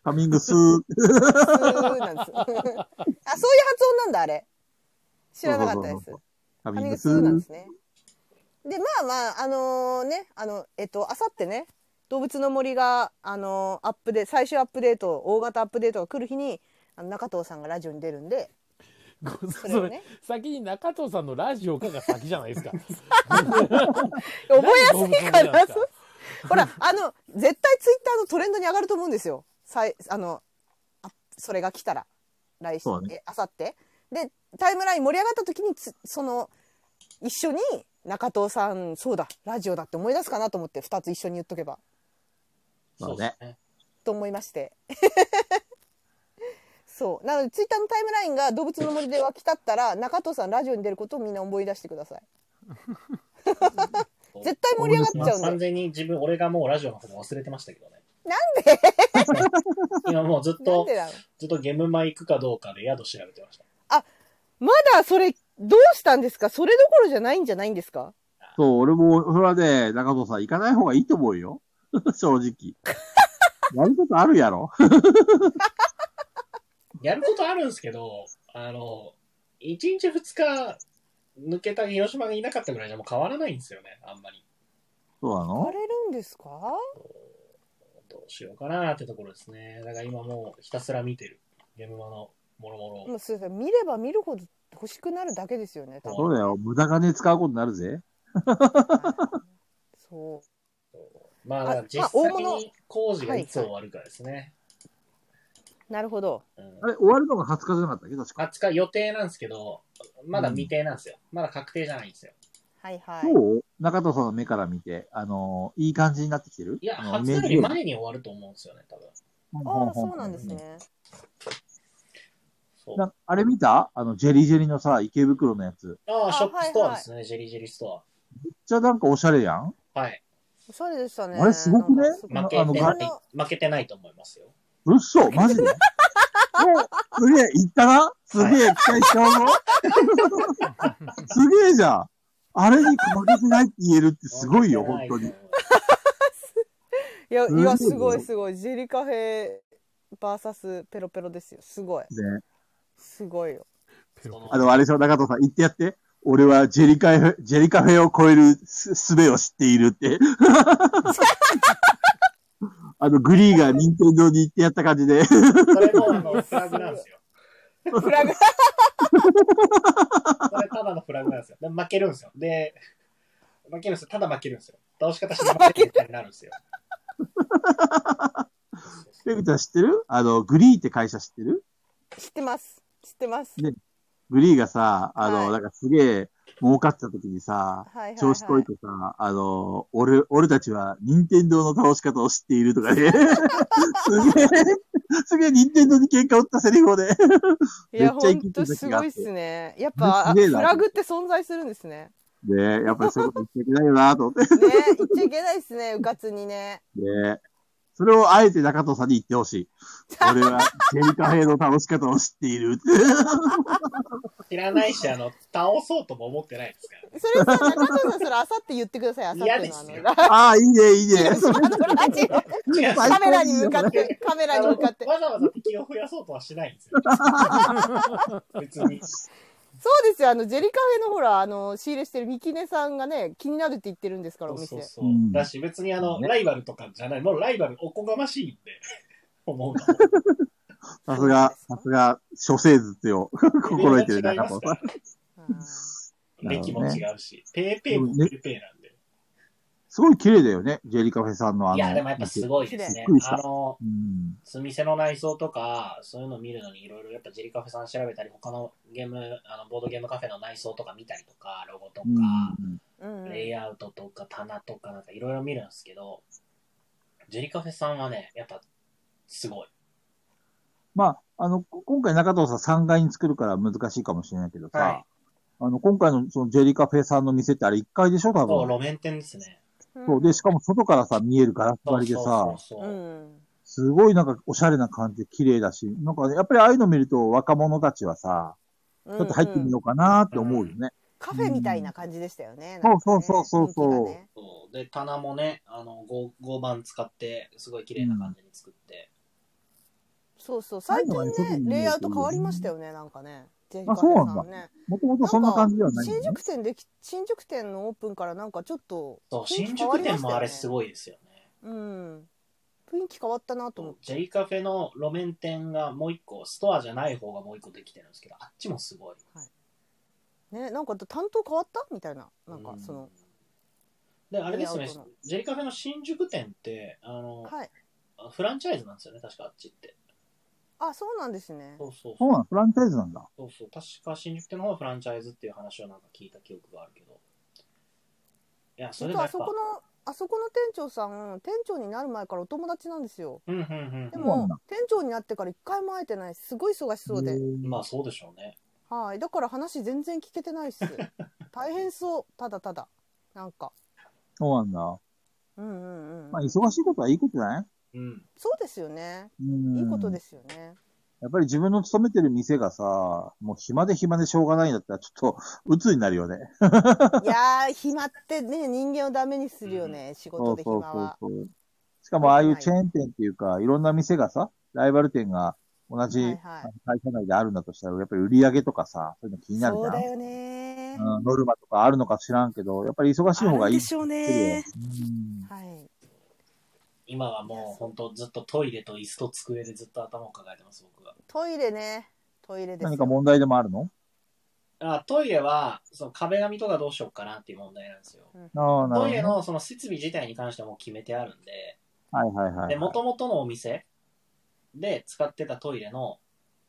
カミングスー、スーなんです。 [LAUGHS] あ、そういう発音なんだ、あれ。知らなかったでそうそうすそう。カカミミンンググススーーなんですね。で、まあまあ、あのね、あの、えっと、あさってね、動物の森が、あのアップで、最終アップデート、大型アップデートが来る日に、あの中藤さんがラジオに出るんで、 [LAUGHS] ごめんなさそいれそをれ、ね、先に中藤さんのラジオかが先じゃないですか。覚えやすいか何がら、覚えやすいんです [LAUGHS] ほら、あの、絶対ツイッターのトレンドに上がると思うんですよ。さいあの、あそれが来たら、来週そう、だねえあさって。で、タイムライン盛り上がった時につ、その、一緒に、中藤さん、そうだ、ラジオだって思い出すかなと思って、二つ一緒に言っとけば、そうですね。と思いまして。 [LAUGHS] そう。なので、ツイッターのタイムラインが動物の森で沸き立ったら、中藤さん、ラジオに出ることをみんな思い出してください。絶対盛り上がっちゃうんで完。全に自分、俺がもうラジオの方も忘れてましたけどね。なんで今もうずっなんとで、だろうずっとゲームマ行くかどうかで宿調べてました。まだそれ、どうしたんですかそれどころじゃないんじゃないんですかそう、俺も、それはね、中藤さん行かない方がいいと思うよ。 [LAUGHS] 正直。やることあるやろ。やることあるんですけど、あの、1日2日抜けた広島がいなかったぐらいじゃもう変わらないんですよね、あんまり。そうなのれるんですかどうしようかなってところですね。だから今もうひたすら見てる。ゲームマのもろもろ。もうそれ見れば見るほど欲しくなるだけですよね、 [LAUGHS] 多分。そうだよ。無駄金使うことになるぜ。そう。まあ、あだから実まあ際大物に工事がいつ終わるかですね。なるほど。うんあれ、終わるのが20日じゃなかったっけ確か。 20日予定なんですけど、まだ未定なんですよ。まだ確定じゃないんですよ。はいはい。どう中藤さんの目から見て、あのーいい感じになってきてるいや、あの初より前に終わると思うんですよね、多分。ああ、そうなんです。そね。イメージう。なあれ見たあの、ジェリジェリのさ、池袋のやつ。めっああ、あショップストアですね、ジェリジェリストちゃなんかおしゃれやんア。はい。おしゃれでしたね。あれすごくねなんかすごいま負けあてのなあいの、負けてないと思いますよ。うっそマジでおすげえ、行ったなすげえ、期待しちゃうぞすげえじゃんあれに負けてないって言えるってすごいよ、本当に。いや、いや、すすごごいいすごい。ジェリカヘバーサスペロペロですよ。すごい。ねすごいよ。ペロペロあの、あれでしょ、中藤さん、言ってやって。俺はジェリカフェ、ジェリカフェを超えるす、すべを知っているって。あの、グリーが任天堂に行ってやった感じで。それも、あの、フラグなんですよ。フラグ。それただのフラグなんですよ。で負けるんですよ。で、負けるんですよ。ただ負けるんですよ。倒し方して負けるみたいになるんですよ。ペグちゃん知ってるあの、グリーって会社知ってる知ってます。知ってます。ねグリーがさ、あの、はいなんかすげえ儲かった時にさ、はいはい、はい。調子こいてさ、あの、俺、俺たちは任天堂の倒し方を知っていると [LAUGHS] かね。すげえ、すげえ任天堂に喧嘩売ったセリフをね。いや、めっちゃほ生んきてとる時すがあっごていっすね。やっぱ、あすげえフなラグって存在するんですね。ねえ、やっぱりそういうこと言っちゃいけないよなと思って。ね、言っちゃいけないですね、うかつにね。ねえ。それをあえて中藤さんに言ってほしい。俺はジェリカ兵の倒し方を知ってい [LAUGHS] る。知らないし、あの、倒そうとも思ってないですから。それさ、中藤さん、それあさって言ってください、あさっ嫌てでのあすのよラああ、いいね、いいね。それあのラジオ、違うカメラに向かって、カメラに向かって。わざわざ敵を増やそうとはしないんですよ。 [LAUGHS] 別に。そうですよ、あの、ジェリカフェのほら、あの、仕入れしてるミキネさんがね、気になるって言ってるんですから、そおう店。そうそうう。んだし、別にあの、ねライバルとかじゃない。もうライバルおこがましいんで、 [LAUGHS] 思うの。さすが、さすが、諸生術よ。心得 [LAUGHS] レベルてる中が違います藤かさん。ら歴も違うし、ペーペーもペーペーなんで。すごい綺麗だよね、ジェリカフェさんのあの。いや、でもやっぱすごいですねびっくりし。たあの、うん。住みせの内装とか、そういうの見るのにいろいろやっぱジェリカフェさん調べたり、他のゲーム、あのボードゲームカフェの内装とか見たりとか、ロゴとか、うんうんレイアウトとか棚とかなんかいろいろ見るんですけど、ジェリカフェさんはね、やっぱすごい。まあ、あの、こ今回中藤さん3階に作るから難しいかもしれないけどさ、はいあの、今回のそのジェリカフェさんの店ってあれ1階でしょ多そう、分。路面店ですね。そう。で、しかも外からさ、見えるガラスそ張うりでそうさそう、そうう。んすごいなんかおしゃれな感じで綺麗だし、なんかねやっぱりああいうの見ると若者たちはさ、ちちょっと入ってみようかなって思うよね。カフェみたいな感じでしたよね。うんなんかねそうそうそうそう雰囲気がねそうで、棚もね、あの、合合板使って、すごい綺麗な感じに作って。そうそう。最近最後までちょっと見えるね、レイアウト変わりましたよね、なんかね。ジェリカあそうなんだフェさんね。もともとそんな感じではない、ね。新宿店でき、新宿店のオープンからなんかちょっと、そう、雰囲新気変わ宿りま店したもよあねれすごいですよね。うん。雰囲気変わったなと思って。ジェリカフェの路面店がもう一個、ストアじゃない方がもう一個できてるんですけど、あっちもすごい。ね、なんか担当変わったみたいな。なんうかその、。で、あれですレイねアウトの、ジェリカフェの新宿店って、あの、はい。フランチャイズなんですよね、確かあっちって。あ、そうなんですね。そうそうそそうう。なのフランチャイズなんだ。そうそう確か新宿店の方がフランチャイズっていう話をなんか聞いた記憶があるけど。いや、それ本が当やっぱあそこ、の、あそこの店長さん、店長になる前からお友達なんですよ。うんうんうんでそうなんもだ、店長になってから一回も会えてない。すごい忙しそうで。うん。まあそうでしょうね。はい、だから話全然聞けてない [LAUGHS] っす。大変そう、ただただ。なんか。そうなんだ。うんうんうん。まあ、忙しいことはいいことじゃないうん。そうですよね。うん。。いいことですすよね。やっぱり自分の勤めてる店がさ、もう暇で暇でしょうがないんだったら、ちょっと、鬱になるよね。いやー、暇ってね、人間をダメにするよね、仕そ事うでそ暇うそうは。そう。しかも、ああいうチェーン店っていうか、いろんな店がさ、ライバル店が同じはい会は社内であるんだとしたら、やっぱり売り上げとかさ、そういうの気い。になるそうじゃだん。よねうん、ノルマとかあるのか知らんけど、やっぱり忙しい方がいい。あるでしょうねうんはい。今はもう本当ずっとトイレと椅子と机でずっと頭を抱えてます、僕は。トイレね。トイレですよ。何か問題でもあるのあトイレは、その壁紙とかどうしようかなっていう問題なんですよ。ああ、なるほどトイねレ。のその設備自体に関してはもう決めてあるんで、はいはいはい。で、元々のお店で使ってたトイレの、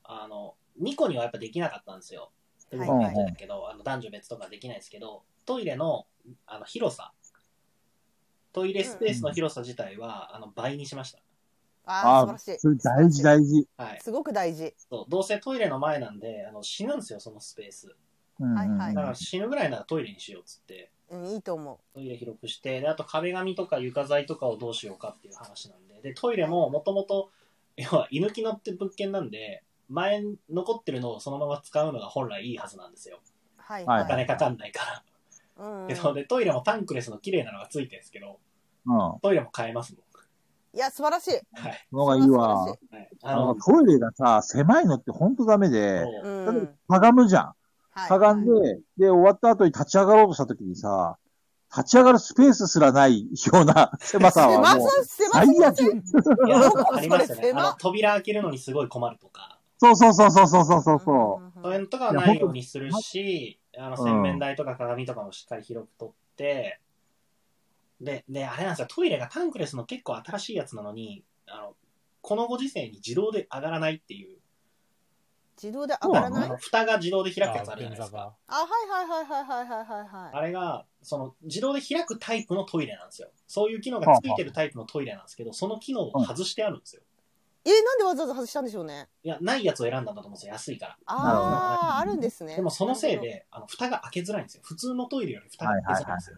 あの、2個にはやっぱできなかったんですよ。はい僕だけど、あの男女別とかできないですけど、トイレのあの広さ、トイレスペースの広さ自体は、あの倍にしましあああ、あ、素晴らしそれ大事大事。た。はいい。。すごく大事。そうどうせトイレの前なんで、あの死ぬんですよ、そのスペース。うんうんうんはいだはから死ぬぐらいならトイレにしようっつって、うん、いいと思トイレ広くして、であと壁紙とか床材とかをどうしようかっていう話なんで、でトイレももともと、要は居抜きのって物件なんで、前残ってるのをそのまま使うのが本来いいはずなんですよ。う。はいははいい。お金かかんないから。うんうんけど、で、トイレもタンクレスの綺麗なのがついてるんですけど、うん。そトイレも買えますもん。いや、素晴らしい。はい。の方がいい素晴わらし。はい、ああのの、トイレがさ、狭いのってほんとダメで、そううんだってん。かがむじゃん。はいかがんで、で、終わった後に立ち上がろうとした時にさ、立ち上がるスペースすらないような [LAUGHS] 狭さ狭はさもう、、狭最すぎま悪せん。いやありますよ [LAUGHS] そね。あれ狭の、扉開けるのにすごい困るとか、そうそうそうそうそうそうそう。うんうんうんそういうのとかはないようにするし、あの、うん洗面台とか鏡とかもしっかり広く取って、で、で、あれなんですよ、トイレがタンクレスの結構新しいやつなのに、あの、このご時世に自動で上がらないっていう、自動で上がらそうなないあの蓋が自動で開くやつあるじゃないで便座すか。が。あ、はいはいはいはいはいはいはいあはい。れが、その、自動で開くタイプのトイレなんですよ。そういう機能がついてるタイプのトイレなんですけど、その機能を外してあるんですよ。えー、なんでわざわざ外したんでしょうね。いや、ないやつを選んだんだと思うんですよ、安いから。ああ、あるんですね。でもそのせい。で、あの、蓋が開けづらいんですよ。普通のトイレより蓋が開けづらいんですよ。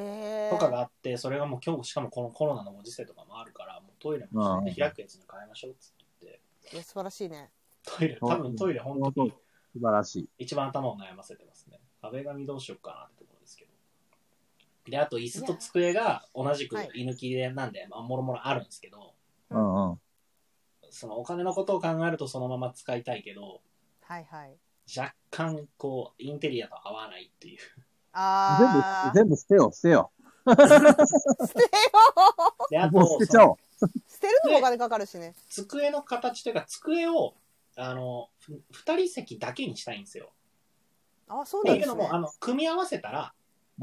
へえ。とかがあって、それがもう今日、しかもこのコロナのご時世とかもあるから、もうトイレも自分で開くやつに変えましょうっつっていや素晴らしい言っね。て、トイレ、多分トイレ本当に素晴らしい。一番頭を悩ませてますね。壁紙どうしようかなってところですけど。で、あと椅子と机が同じくはい居抜きでなんで、まあ、もろもろあるんですけど、う。んうん。そのお金のことを考えるとそのまま使いたいけど、はいはい。若干こう、インテリアと合わないっていう。ああ。全部、全部捨てよ、捨てよ。捨てよで、あもとう捨、てちそゃのおう。う捨てるのもお金かかるしね。机の形というか、机を、あの、ふ二人席だけにしたいんですよ。あーそっうてなんいでうすのねも、あ。の、組み合わせたら、あ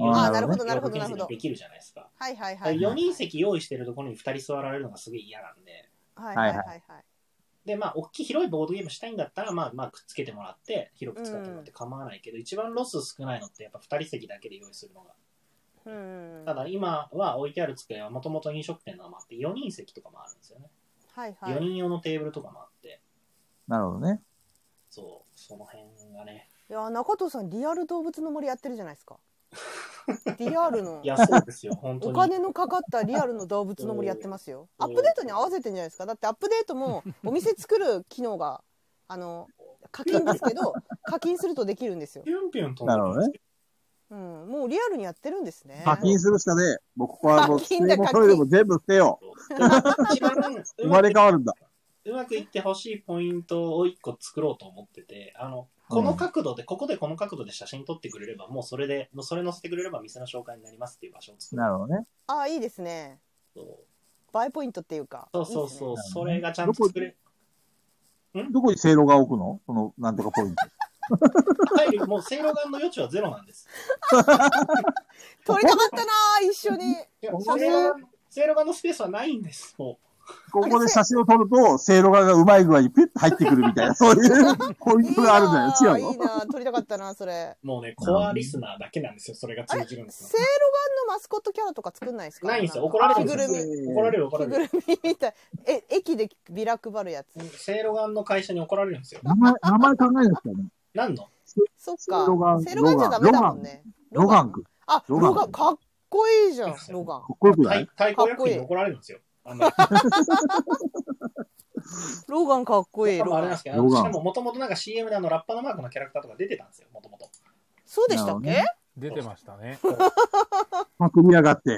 ああ、ーなるほど、な4るほど、人席なるほにど。できるじゃないですか。はいはいはい。 4人席用意してるところに2人座られるのがすげえ嫌なんで、はいはいはいはい。で、まあ、大きい広いボードゲームしたいんだったら、まあ、まあ、くっつけてもらって、広く使ってもらって構わないけど、一番ロス少ないのって、やっぱ2人席だけで用意するのが。うん。ただ、今は置いてある机はもともと飲食店なのもあって、4人席とかもあるんですよね。はいは4い。人用のテーブルとかもあって、なるほどね。そう、その辺がね。いや、中藤さん、リアル動物の森やってるじゃな [LAUGHS] いですか。リアルのい。や、そうですよ、本お当に。金のかかったリアルの動物の森やってますよ。アップデートに合わせてんじゃないですか。だってアップデー [LAUGHS] トもお店作る機能が、あの、課金ですけど、課金するとできるんですよピ。ュンピュン飛んでなるほどね。うん。もうリアルにやってるんですね。課金するしかねえ。もうここはもう、課金だ水もトイレも課全部捨てよ一番う。[LAUGHS] 生まれ変わるんだ。うまくいってほしいポイントを1個作ろうと思ってて、あの、この角度で、ここでこの角度で写真撮ってくれれば、もうそれで、もうそれ載せてくれれば店の紹介になりますっていう場所を作るなるほどね。ああ、いいですね。と。バイポイントっていうか。そうそうそう、いいですねそれがちゃんと作れ、どこにせいろが置くのこの、なんとかポ [LAUGHS] イント。入る、もう、正露丸の余地はゼロなんです。いいですね。取りたかったなー一緒に。いや、そ正う露丸正露丸のスペースはないんです、もここで写真を撮ると、せいろががうまい具合にピュッと入ってくるみたいな、そ [LAUGHS] ういうポイントがあるんだよ。違いいなーういいのなー取りたかったなーそれ。う。もうね、コアリスナーだけなんですよ、それが通じるんですよセイロガンのマスコットキャラとか作んないですかないんですよ、怒られるんです着ぐるよ。怒られる、怒らみ。着れる。ぐるみみたい。え、駅でビラ配るやつ。正露丸の会社に怒られるんですよ。名前、名前考えないですからね。何のそっセイかロガン。セイロガンじゃダメだもんね。ロガン君。あ、ロロガガンン、かっこいいじゃん、ロガン。かっこよくない太太鼓役員に怒られるんですよ。あんまりロガンかっこいい、多ロ分あれなんガンです。けロど、ガンしかももともとなんか CM であのラッパのマークのキャラクターとか出てたんですよ、もともと。そうでしたっなける出てましたね。パクりやがって。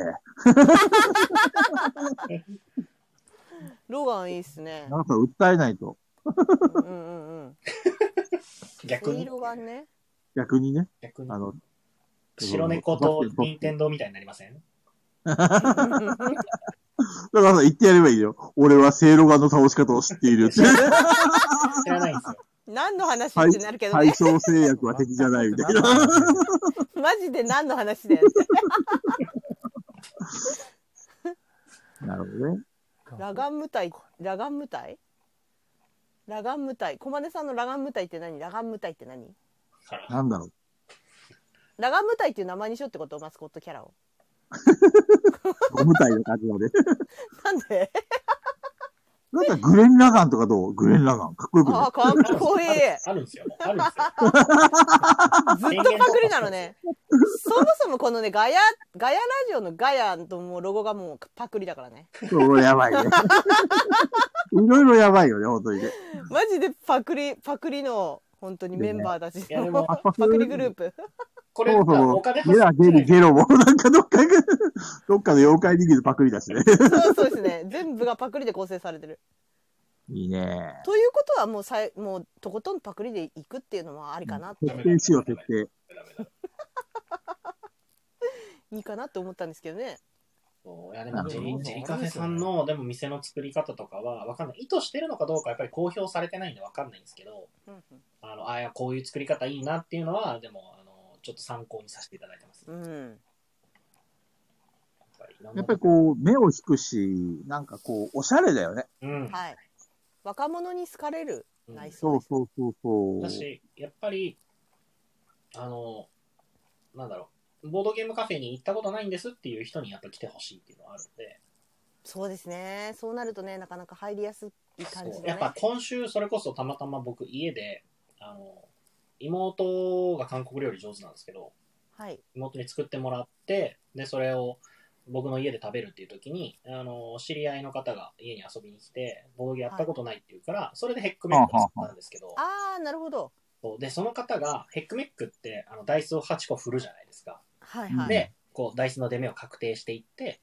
ロガンいいっすね。なんか訴えないと。うんうんうん。逆セイに、ロガンね。逆にね。逆にあ。の、白猫と任天堂みたいになりませんだからさ、言ってやればいいよ。俺はセいろがの倒し方を知って [LAUGHS] いるって。知らないんですよ。何の話はいってなるけど対ね。象制約は敵じゃないみた [LAUGHS] いな。マジで何の話だよ。なるほどね。ラガン無体、ラガン無体ラガン無体。小金さんのラガン無体って何ラガン無体って何からなんだろう。ラガン無体っていう名前にしようってことマスコットキャラを。ゴム体の感じのね。なんでなんかグレン・ラガンとかどうグレン・ラガン。かっこよくあないあ、かっこいい。あるんですよ。あるんですよ。ずっとパクリなの [LAUGHS] ね。そもそもこのね、ガヤ、ガヤラジオのガヤのもうロゴがもうパクリだからね。そう、やばいね。いろいろやばいよね、本当にね。マジでパクリ、パクリの、本当にメンバーたちいやでのもパクリグループ。こそれ、もそおも金、ゲラ、発ゲリ、生ゲロも、なんかどっかが、どっかの妖怪人気のパクリだしね。そうそうですね。全部がパクリで構成されてる。いいね。ということはもうさい、もうとことんパクリでいくっていうのもありかなって、設定しよう、設定。いいかなって思ったんですけどね。いやでもジェリジェリカフェさんのでも店の作り方とかはわかんない意図してるのかどうかやっぱり公表されてないんでわかんないんですけどうんうんあのあいやこういう作り方いいなっていうのはでもあのちょっと参考にさせていただいてます、うん。やっぱりこう、目を引くし、なんかこう、おしゃれだよね。う、うん、はい。若者に好かれる内装でそうす。そうそうそう。だし、やっぱり、あの、なんだろう、ボードゲームカフェに行ったことないんですっていう人にやっぱ来てほしいっていうのはあるんで、そうですね。そうなるとね、なかなか入りやすい感じそうでやっね。ぱ今週、それこそたまたま僕、家で、あの、妹が韓国料理上手なんですけど、はい。妹に作ってもらって、で、それを僕の家で食べるっていう時に、あの、知り合いの方が家に遊びに来て、ボードゲームやったことないっていうから、それでヘックメックを作ったんですけど、ああ、なるほど。そうで、その方がヘックメックって、あの、ダイスを8個振るじゃないですか。はいはい。で、こう、ダイスの出目を確定していって、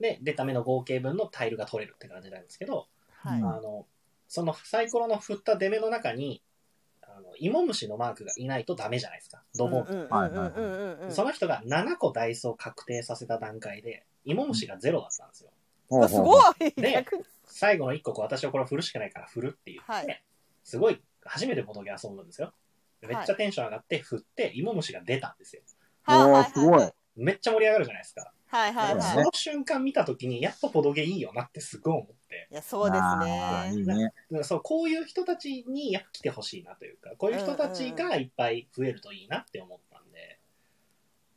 で、出た目の合計分のタイルが取れるって感じなんですけど、はい。うんあの、そのサイコロの振った出目の中に、あの、芋虫のマークがいないとダメじゃないですか。ドボン。うんうんはいうんはいうんうんうん。その人が7個ダイスを確定させた段階で、芋虫がゼロだったんですよ。ほうすほうごいね逆に。最後の1個、こう私はこれを振るしかないから振るって言って、はいすごい、初めてボトゲ遊んだんですよ。めっちゃテンション上がって振って、芋虫が出たんですよ。おーはいはいはいすごいめっちゃ盛り上がるじゃないですか。はいはいそうはだい。その瞬間見たときに、やっぱポドゲいいよなってすごい思って。いや、そうですあーいね。いね。だからそう、こういう人たちにやっぱ来てほしいなというか、こういう人たちがいっぱい増えるといいなって思ったんで、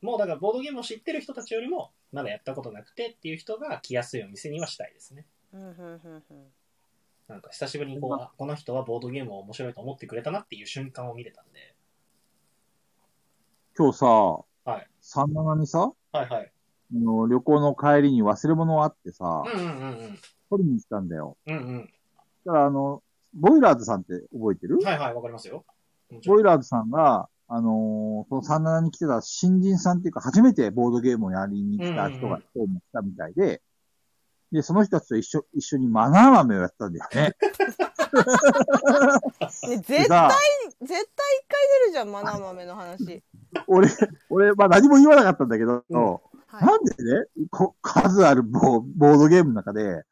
もうだからボードゲームを知ってる人たちよりも、まだやったことなくてっていう人が来やすいお店にはしたいですね。うんうんうんうんなんか久しぶりにこう、あこの人はボードゲームを面白いと思ってくれたなっていう瞬間を見れたんで、今日さ、はい。 37にさ、はいはい。あの旅行の帰りに忘れ物あってさ、うんうんうんうん。取りに来たんだよ。うんだからあの、ボイラーズさんって覚えてるうん。はいはい、わかりますよ。もちろんボイラーズさんが、あのーその37に来てた新人さんっていうか、初めてボードゲームをやりに来た人が今日も来たみたいで、で、その人たちと一緒、一緒にマナー豆をやったんだよね。ね、で絶さ対、絶対一回出るじゃん、マナー豆の話。俺、俺、まあ何も言わなかったんだけど、うんはなんでね、こ数あるボボードゲームの中で、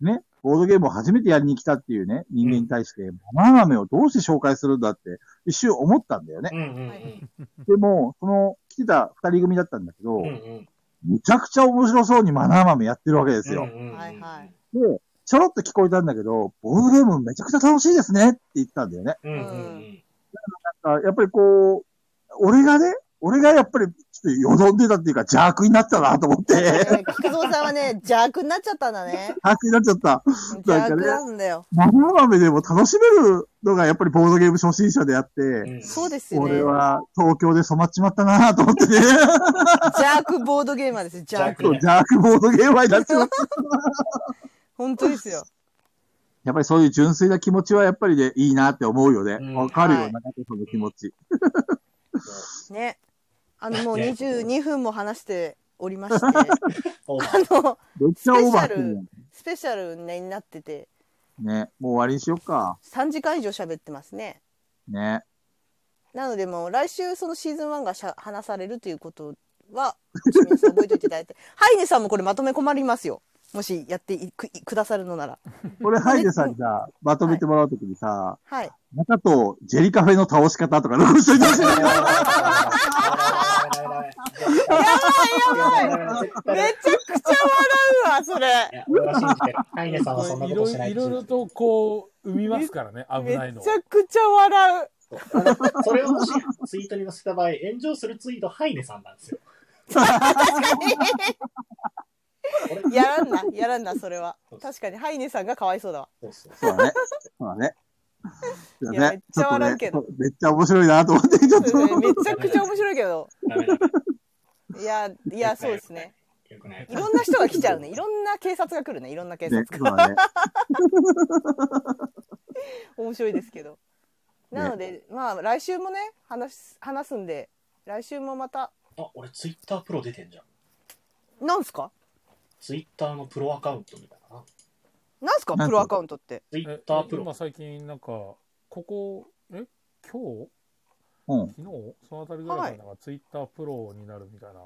ね、ボードゲームを初めてやりに来たっていうね、人間に対して、マナー豆をどうして紹介するんだって、一瞬思ったんだよね。うんうんうん。はいでも、その、来てた二人組だったんだけど、うんうん。むちゃくちゃ面白そうにマナー豆やってるわけですよ。うんうんうんはいはい。で、ちょろっと聞こえたんだけど、ボードゲームめちゃくちゃ楽しいですねって言ってたんだよね。うんうんうん。あやっぱりこう、俺がね、俺がやっぱりちょっとよどんでたっていうか邪悪になったなと思っい。ねて、 [LAUGHS] [LAUGHS] 菊蔵さんはね、邪悪になっちゃったんだね。邪悪に [LAUGHS] なっちゃった。邪悪なんだよ。マナー豆でも楽しめるのがやっぱりボードゲーム初心者であって、うんそうですよね。俺は東京で染まっちまったなと思っ [LAUGHS] てね、邪悪ボードゲーマーですよ、邪悪。 [LAUGHS] そう邪悪ボードゲーマーになっちまった。本当ですよ。やっぱりそういう純粋な気持ちはやっぱりで、いいなって思うよねう。んわ、かるよ、はい中田さんの気持ち。ね。あの、もうね22分も話しておりまして、あ [LAUGHS] オーバーの、めっちゃオーバーってるやんスペシャルになってて、ね、もう終わりにしよっか。 3時間以上喋ってますね。ね。なのでもう来週そのシーズン1がしゃ話されるということは、皆さん覚えておいていただ [LAUGHS] いて。ハイネさんもこれまとめ困りますよ。もしやっていくくださるのなら。これ、ハイデさんじゃあ、まとめてもらうときにさ、はい。中とジェリカフェの倒し方とか残しといてほしい。やばいやばい。絶め対ちゃくちゃ笑うわ、それい。や俺は信じてる。ハイネさんはそんなことしないいろいろとこう、生みますからね、危ないのめち。ゃくちゃ笑う。あのそれをもしツイートに載せた場合、炎上するツイート、ハイネさんなんですよ。俺やらんな、やらんな、それは。確かに、ハイネさんがかわいそうだわ。そうそうそうだね。そうだね。そういやだめっね。ちゃ笑うけどちょっとねめっちゃ面白いなと思って、ち [LAUGHS] そょっうですねと。めちゃくちゃ面白いけど。ダメだいや、いや、そうですね。。よくないい。ろんな人が来ちゃうね。いろんな警察が来るね。いろんな警察ね、そうだね。面白いですけど。なので、まあ、来週もね、話す、話すんで、来週もまた、あ、俺ツイッタープロ出てんじゃん。なんすかツイッターのプロアカウントみたいな。なんすかなんプすかロアカウントって。ツイッえタープロ今。最近なんか、ここ、え今日うん。昨日そのあたりぐらいからなんかツイッタープロになるみたいな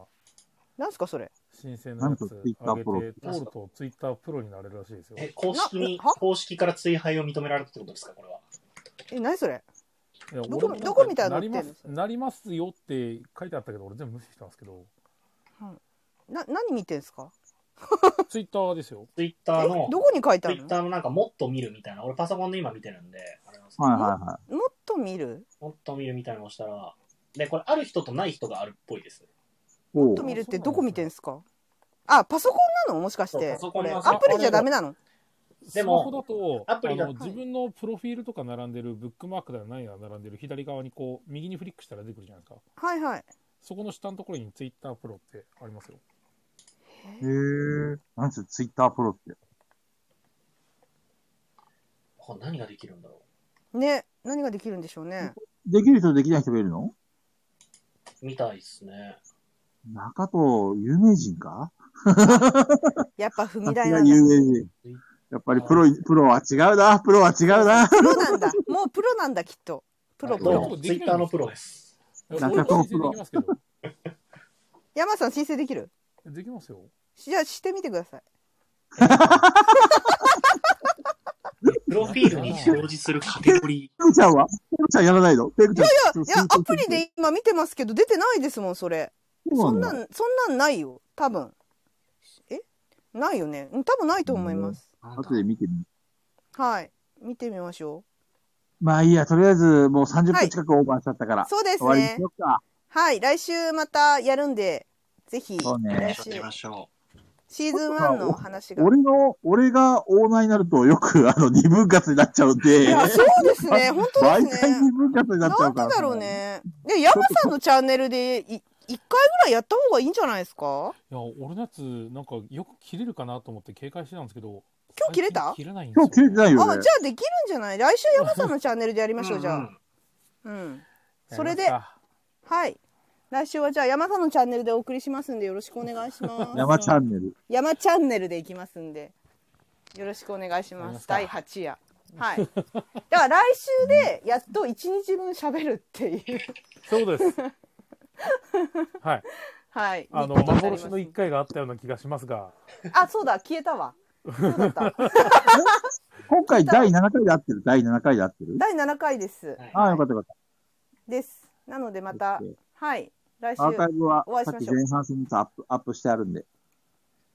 なんすかそれ。申請のやつなんと Twitter 上げてプロ通るとツイッタープロになれるらしいですよ。え、公式に、なは公式から追廃を認められたってことですか、これは。え、何それいやどこ俺もんかどこみたいななのり載ってまんのすなりますよって書いてあったけど俺全部無視したんですけ [LAUGHS] どな、何見てんすかツイッターですよツイッえターの、どこに書いてツあイるッのターのなんかもっと見るみたいな。俺パソコンで今見てるんで、あれなんですけどはいはいはもっと見るもっと見るみたいなのをしたら、で、これある人とない人があるっぽいですね。い。おもっうと見るってどこ見てんすかあ、パソコンなのもしかしそうてパ。ソコこンれ、のアプリじゃダメなのでスマもホだとアプリだあのはい自分のプロフィールとか並んでるブックマークだ何が並んでる左側にこう右にフリックしたら出てくるじゃないですかはいはい。そこの下のところにツイッタープロってありますよへえ。なんつう、ツイッタープロって。これ何ができるんだろう。ね、何ができるんでしょうね。できる人とできない人がいるのみたいですね。中と有名人かやっぱ踏さみす台ながんだ。有名人。やっぱりプロ、プロは違うな。プロは違うな。プロなんだ。もうプロなんだ、きっと。プロ、プどうロ。も、ツイッターのプロです。いやなん俺かもこう申請できますけど山さん申請できるできますよじゃあしてみてください。プロフィールに表示するカテゴリペグちゃんはペグちゃんやらないのペグちゃん。いいや、アプリで今見てますけど、出てないですもん、それ。そそんなんそんなんないよ多分えないよねうん多分ないと思います、後で見てみる。はい見てみましょまあいいや、とりあえずもう30はい分近くオーバーしちゃったから。うそうです終わりにねしようか。はい来週またやるんでぜひそうねや来っ週てみましょシーズン1の話が俺の、俺がオーナーになるとよくあの二分割になっちゃうんいで、やそうです [LAUGHS] ね本当毎です回ね二分割になっちゃなうんから。でだろう。ねで山さんのチャンネルでい一回ぐらいやった方がいいんじゃないですかいや俺のやつなんかよく切れるかなと思って警戒してたんですけど今日切れた最近切れないんです今よ日切れてないあじよゃあね。できるんじゃない来週山さんのチャンネルでやりう。ましょうじゃんあん。うんやりますかそれではい来週はじゃあ山さんのチャンネルでお送りしますんでよろしくお願いします山チャンネル。山チャンネルでいきますんでよろしくお願いしますわか第りま8夜はいだから来週でやっと1日分喋るっていうそう [LAUGHS] ですはいはいあの日程になりま幻すの一回があったような気がしますがあそうだ消えたわそうだった今回第7回で合ってる第7回で合ってる第7回ですはいああ、よかったよかっですなのでまた OK はい来週た。アーカイブはお会いしさっまきしょう前半戦のアップアップしてあるんで、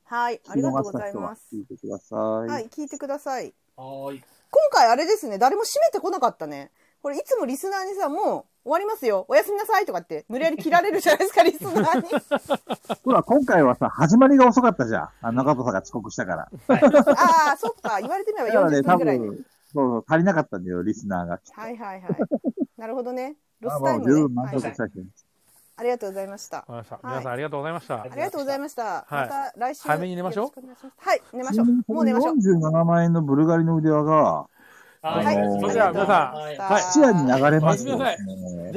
はいありがとうございます聞いてください。はい聞いてくださいはーい。今回あれですね誰も締めてこなかったねこれいつもリスナーにさもう終わりますよおやすみなさいとかって無理やり切られるじゃないですかリスナーにほら、今回はさ、始まりが遅かったじゃん。あの中戸さんが遅刻したから。ああそっか言われてみれだばから40ね、分多ぐらい、分、そうそう、足りなかったんだよ、リスナーが。はいはいはいなるほどねロまあスまタあイ十ムね、分満はい足したし、ありがとうございましたわかりましたい皆さんありがとうございましたありありがとうございました、はいまた来週早めに寝ましょうよろくお願いしますはい寝ましょうもう寝ましょう47万円のブルガリの腕輪が、ははいい。それでは皆さんはいはい質屋に流れますおやすみなさね